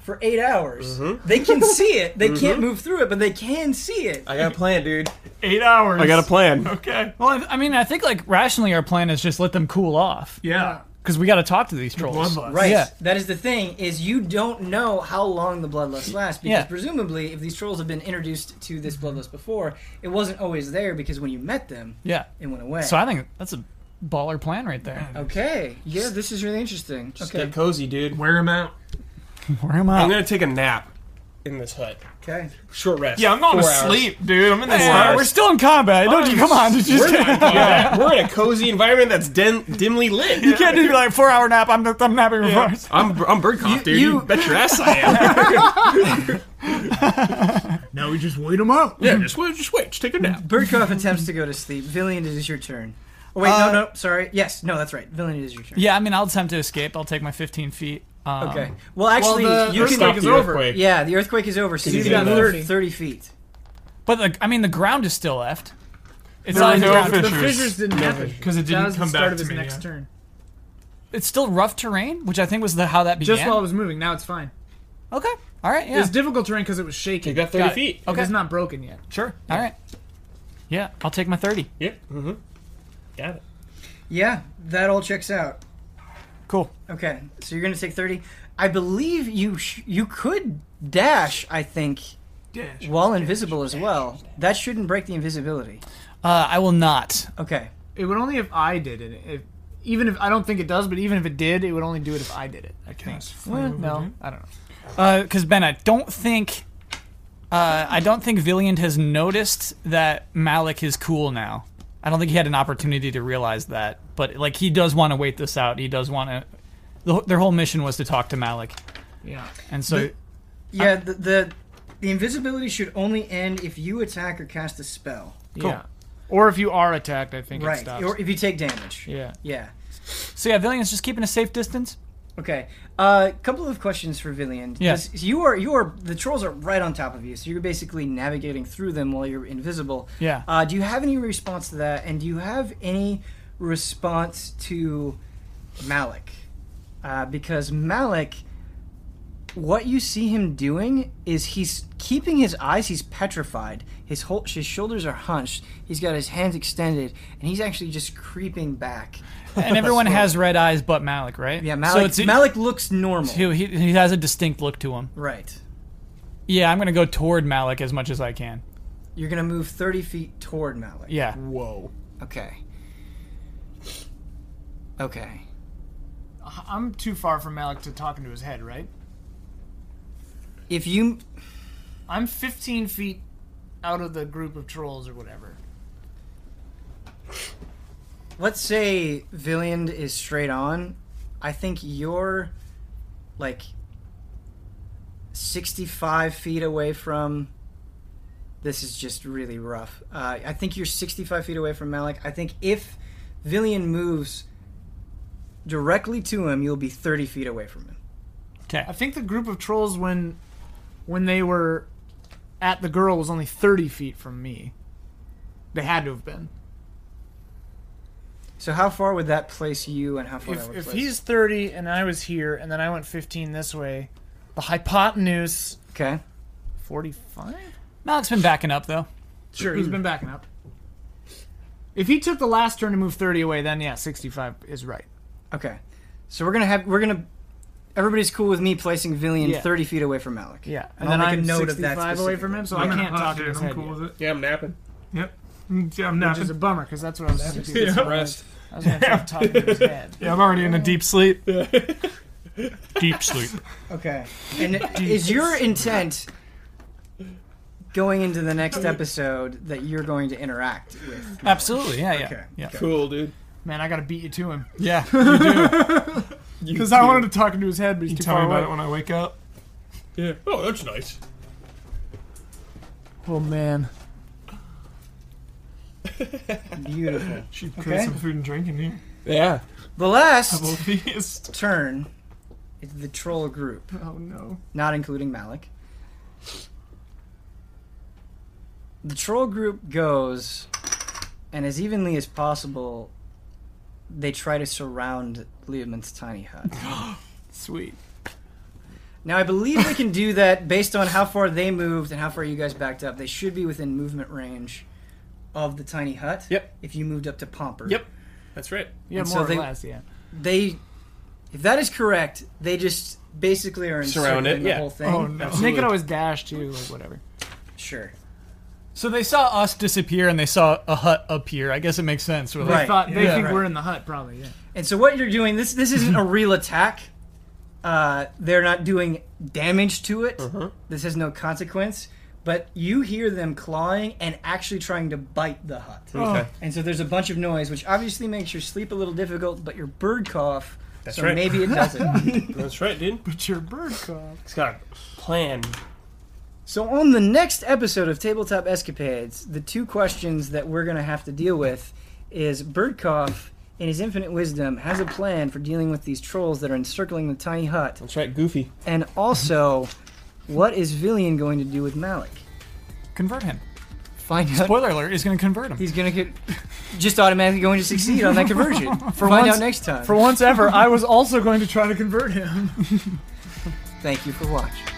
Speaker 1: For eight hours, they can see it. They can't move through it, but they can see it.
Speaker 8: I got a plan, dude.
Speaker 4: Eight hours.
Speaker 8: I got a plan.
Speaker 4: Okay.
Speaker 5: Well, I, I mean, I think like rationally, our plan is just let them cool off
Speaker 4: Yeah.
Speaker 5: because we got to talk to these trolls.
Speaker 4: Bloodlust.
Speaker 1: Right.
Speaker 5: Yeah.
Speaker 1: That is the thing is you don't know how long the bloodlust lasts because
Speaker 5: Yeah.
Speaker 1: presumably if these trolls have been introduced to this bloodlust before, it wasn't always there because when you met them,
Speaker 5: Yeah.
Speaker 1: it went away.
Speaker 5: So I think that's a baller plan right there.
Speaker 1: okay. Yeah, this is really interesting. Okay.
Speaker 8: Get cozy, dude.
Speaker 4: Wear him out.
Speaker 5: Where am
Speaker 8: I'm
Speaker 5: I?
Speaker 8: gonna take a nap in this hut.
Speaker 1: Okay.
Speaker 8: Short rest.
Speaker 4: Yeah, I'm going
Speaker 8: Four
Speaker 4: to
Speaker 8: hours.
Speaker 4: sleep, dude. I'm in this
Speaker 5: Yeah,
Speaker 4: house.
Speaker 5: we're still in combat. Don't you come on? Just,
Speaker 8: We're,
Speaker 5: just
Speaker 8: not, yeah, we're in a cozy environment that's dim, dimly lit.
Speaker 5: you can't do like four hour nap. I'm I'm napping reverse.
Speaker 2: I'm I'm Birdcough, dude. You,
Speaker 1: you-
Speaker 2: bet your ass I am.
Speaker 3: Now we just wait him up.
Speaker 2: yeah, just wait, just wait, just take a nap.
Speaker 1: Birdcough attempts to go to sleep. Villian, it is your turn. Oh wait,
Speaker 5: Uh,
Speaker 1: no, no, sorry. Yes, no, that's right. Villian, it is your turn.
Speaker 5: Yeah, I mean, I'll attempt to escape. I'll take my 15 feet. Um,
Speaker 1: Okay. Well, actually,
Speaker 6: the
Speaker 1: you
Speaker 6: earthquake
Speaker 1: can.
Speaker 6: is over.
Speaker 1: Yeah, the earthquake is over, so
Speaker 8: you
Speaker 1: you
Speaker 8: get
Speaker 1: got
Speaker 8: above?
Speaker 1: 30, 30 feet.
Speaker 5: But like, I mean, the ground is still left. It's
Speaker 4: There are
Speaker 5: not like
Speaker 4: no
Speaker 5: the ground-
Speaker 6: The
Speaker 4: Fissures.
Speaker 6: fissures didn't happen.
Speaker 4: Because it
Speaker 6: that
Speaker 4: didn't
Speaker 6: was
Speaker 4: come
Speaker 6: the start
Speaker 4: back
Speaker 6: of
Speaker 4: to
Speaker 6: his
Speaker 4: me.
Speaker 6: next
Speaker 4: yeah.
Speaker 6: turn.
Speaker 5: It's still rough terrain, which I think was the how that began.
Speaker 6: Just while it was moving, now it's fine.
Speaker 5: okay. All right.
Speaker 6: It
Speaker 5: Yeah.
Speaker 6: was difficult terrain because it was
Speaker 8: You
Speaker 6: shaking.
Speaker 8: got 30
Speaker 5: Got it.
Speaker 8: feet.
Speaker 6: It
Speaker 5: okay.
Speaker 6: was not broken yet.
Speaker 5: Sure. All right. Yeah, I'll take my 30.
Speaker 8: Yep. Mm-hmm. Got it.
Speaker 1: Yeah, that all checks out.
Speaker 5: Cool.
Speaker 1: Okay, so you're gonna take thirty. I believe you sh- you could dash. I think
Speaker 4: Dash.
Speaker 1: while invisible as well. That shouldn't break the invisibility.
Speaker 5: Uh, I will not.
Speaker 1: Okay.
Speaker 6: It would only if I did it. If, even if I don't think it does, but even if it did, it would only do it if I did it. I think. Well, no, I don't know.
Speaker 5: because Uh, Ben, I don't think, uh, I don't think Villiant has noticed that Malik is cool now. I don't think he had an opportunity to realize that, but like he does want to wait this out. He does want to. The, their whole mission was to talk to Malik,
Speaker 6: Yeah.
Speaker 5: and so
Speaker 1: Yeah. The, the the invisibility should only end if you attack or cast a spell.
Speaker 6: Yeah. Or if you are attacked, I think it
Speaker 1: Right.
Speaker 6: stops.
Speaker 1: Or if you take damage.
Speaker 6: yeah.
Speaker 1: Yeah.
Speaker 5: so yeah, Villian's just keeping a safe distance.
Speaker 1: Okay. A uh, couple of questions for Villian.
Speaker 5: Yeah.
Speaker 1: Yes. You are you are the trolls are right on top of you, so you're basically navigating through them while you're invisible.
Speaker 5: Yeah.
Speaker 1: Uh, do you have any response to that? And do you have any response to Malik? Uh, because Malik, what you see him doing is he's keeping his eyes. He's petrified. His whole his shoulders are hunched. He's got his hands extended, and he's actually just creeping back.
Speaker 5: And everyone has red eyes, but Malik, right?
Speaker 1: Yeah,
Speaker 5: So
Speaker 1: Malik.
Speaker 5: it's,
Speaker 1: Malik looks normal.
Speaker 5: He, he, he has a distinct look to him.
Speaker 1: Right.
Speaker 5: Yeah, I'm gonna go toward Malik as much as I can.
Speaker 1: You're gonna move 30 feet toward Malik.
Speaker 5: Yeah.
Speaker 2: Whoa.
Speaker 1: Okay. Okay.
Speaker 6: I'm too far from Malik to talk into his head, right?
Speaker 1: If you
Speaker 6: I'm 15 feet out of the group of trolls or whatever.
Speaker 1: let's say Villiand is straight on. I think you're like 65 feet away from. This is just really rough. Uh, I think you're 65 feet away from Malik. I think if Villian moves directly to him, you'll be 30 feet away from him.
Speaker 6: I think the group of trolls when when they were at the girl was only thirty feet from me. They had to have been.
Speaker 1: So how far would that place you, and how far that
Speaker 6: If,
Speaker 1: would
Speaker 6: if
Speaker 1: place?
Speaker 6: he's thirty and I was here and then I went fifteen this way, the hypotenuse
Speaker 1: okay.
Speaker 6: forty five?
Speaker 5: Malik's been backing up though.
Speaker 6: Sure,
Speaker 1: Hmm.
Speaker 6: he's been backing up. If he took the last turn to move thirty away, then yeah, sixty five is right.
Speaker 1: Okay. So we're gonna have we're gonna. Everybody's cool with me placing Villian
Speaker 6: Yeah.
Speaker 1: 30 feet away from Malik.
Speaker 6: Yeah.
Speaker 1: I'll
Speaker 6: And then
Speaker 1: make a
Speaker 6: I'm
Speaker 1: note of that
Speaker 6: 65 away from him, so I
Speaker 4: I'm
Speaker 6: can't
Speaker 4: not
Speaker 6: talk in
Speaker 4: dude,
Speaker 6: his
Speaker 4: I'm
Speaker 6: head.
Speaker 4: cool
Speaker 6: yet.
Speaker 4: with it.
Speaker 8: Yeah, I'm napping.
Speaker 4: Yep. Yeah, I'm
Speaker 6: Which is a
Speaker 4: napping.
Speaker 6: bummer because that's what I was supposed to do.
Speaker 4: Yeah.
Speaker 8: Rest.
Speaker 6: I was going to try to talk in his head.
Speaker 4: Yeah, I'm already in a deep sleep.
Speaker 2: Deep sleep.
Speaker 1: Okay. And is your intent going into the next episode that you're going to interact with?
Speaker 5: Absolutely, yeah, yeah,
Speaker 1: Okay.
Speaker 5: yeah.
Speaker 8: Cool, dude.
Speaker 6: Man, I got to beat you to him.
Speaker 5: yeah.
Speaker 6: Because I wanted to talk into his head, but he's
Speaker 4: You
Speaker 6: too
Speaker 4: tell
Speaker 6: far
Speaker 4: me about
Speaker 6: away.
Speaker 4: it when I wake up.
Speaker 8: Yeah. Oh, that's nice.
Speaker 6: Oh man,
Speaker 1: Beautiful.
Speaker 4: She put
Speaker 1: Okay.
Speaker 4: some food and drink in here.
Speaker 8: Yeah.
Speaker 1: The last
Speaker 4: Feast.
Speaker 1: turn is the troll group,
Speaker 4: Oh no.
Speaker 1: not including Malik. The troll group goes, and as evenly as possible, they try to surround Liam's tiny hut.
Speaker 4: Sweet.
Speaker 1: Now I believe they can do that based on how far they moved and how far you guys backed up. They should be within movement range of the tiny hut.
Speaker 8: Yep.
Speaker 1: If you moved up to Pomper.
Speaker 8: Yep. That's right.
Speaker 6: yeah, more
Speaker 1: And so
Speaker 6: or
Speaker 1: they-
Speaker 6: less, yeah.
Speaker 1: They, if that is correct, they just basically are
Speaker 8: Surround it,
Speaker 1: encircling the
Speaker 8: yeah.
Speaker 1: whole thing.
Speaker 6: Oh no, and they could always dash too, like whatever.
Speaker 1: Sure.
Speaker 5: So they saw us disappear and they saw a hut appear. I guess it makes sense. We're
Speaker 6: They
Speaker 5: like,
Speaker 1: Right.
Speaker 6: thought they
Speaker 5: Yeah.
Speaker 6: think
Speaker 1: Right.
Speaker 6: we're in the hut, probably. Yeah.
Speaker 1: And so what you're doing this this isn't a real attack. Uh, they're not doing damage to it.
Speaker 8: Uh-huh.
Speaker 1: This has no consequence. But you hear them clawing and actually trying to bite the hut.
Speaker 8: Okay. Oh.
Speaker 1: And so there's a bunch of noise, which obviously makes your sleep a little difficult, but your bird cough.
Speaker 8: That's
Speaker 1: so
Speaker 8: right.
Speaker 1: maybe it doesn't.
Speaker 8: That's right, dude.
Speaker 4: But your bird cough.
Speaker 8: It's got a plan.
Speaker 1: so on the next episode of Tabletop Escapades, the two questions that we're going to have to deal with is bird cough in his infinite wisdom has a plan for dealing with these trolls that are encircling the tiny hut
Speaker 8: That's right, Goofy.
Speaker 1: and also what is Villian going to do with Malik
Speaker 5: convert him.
Speaker 1: find out
Speaker 5: Spoiler alert is going to convert him.
Speaker 1: he's going to get just automatically going to succeed on that conversion find
Speaker 6: once-
Speaker 1: out next time
Speaker 6: For once ever, I was also going to try to convert him.
Speaker 1: thank you for watching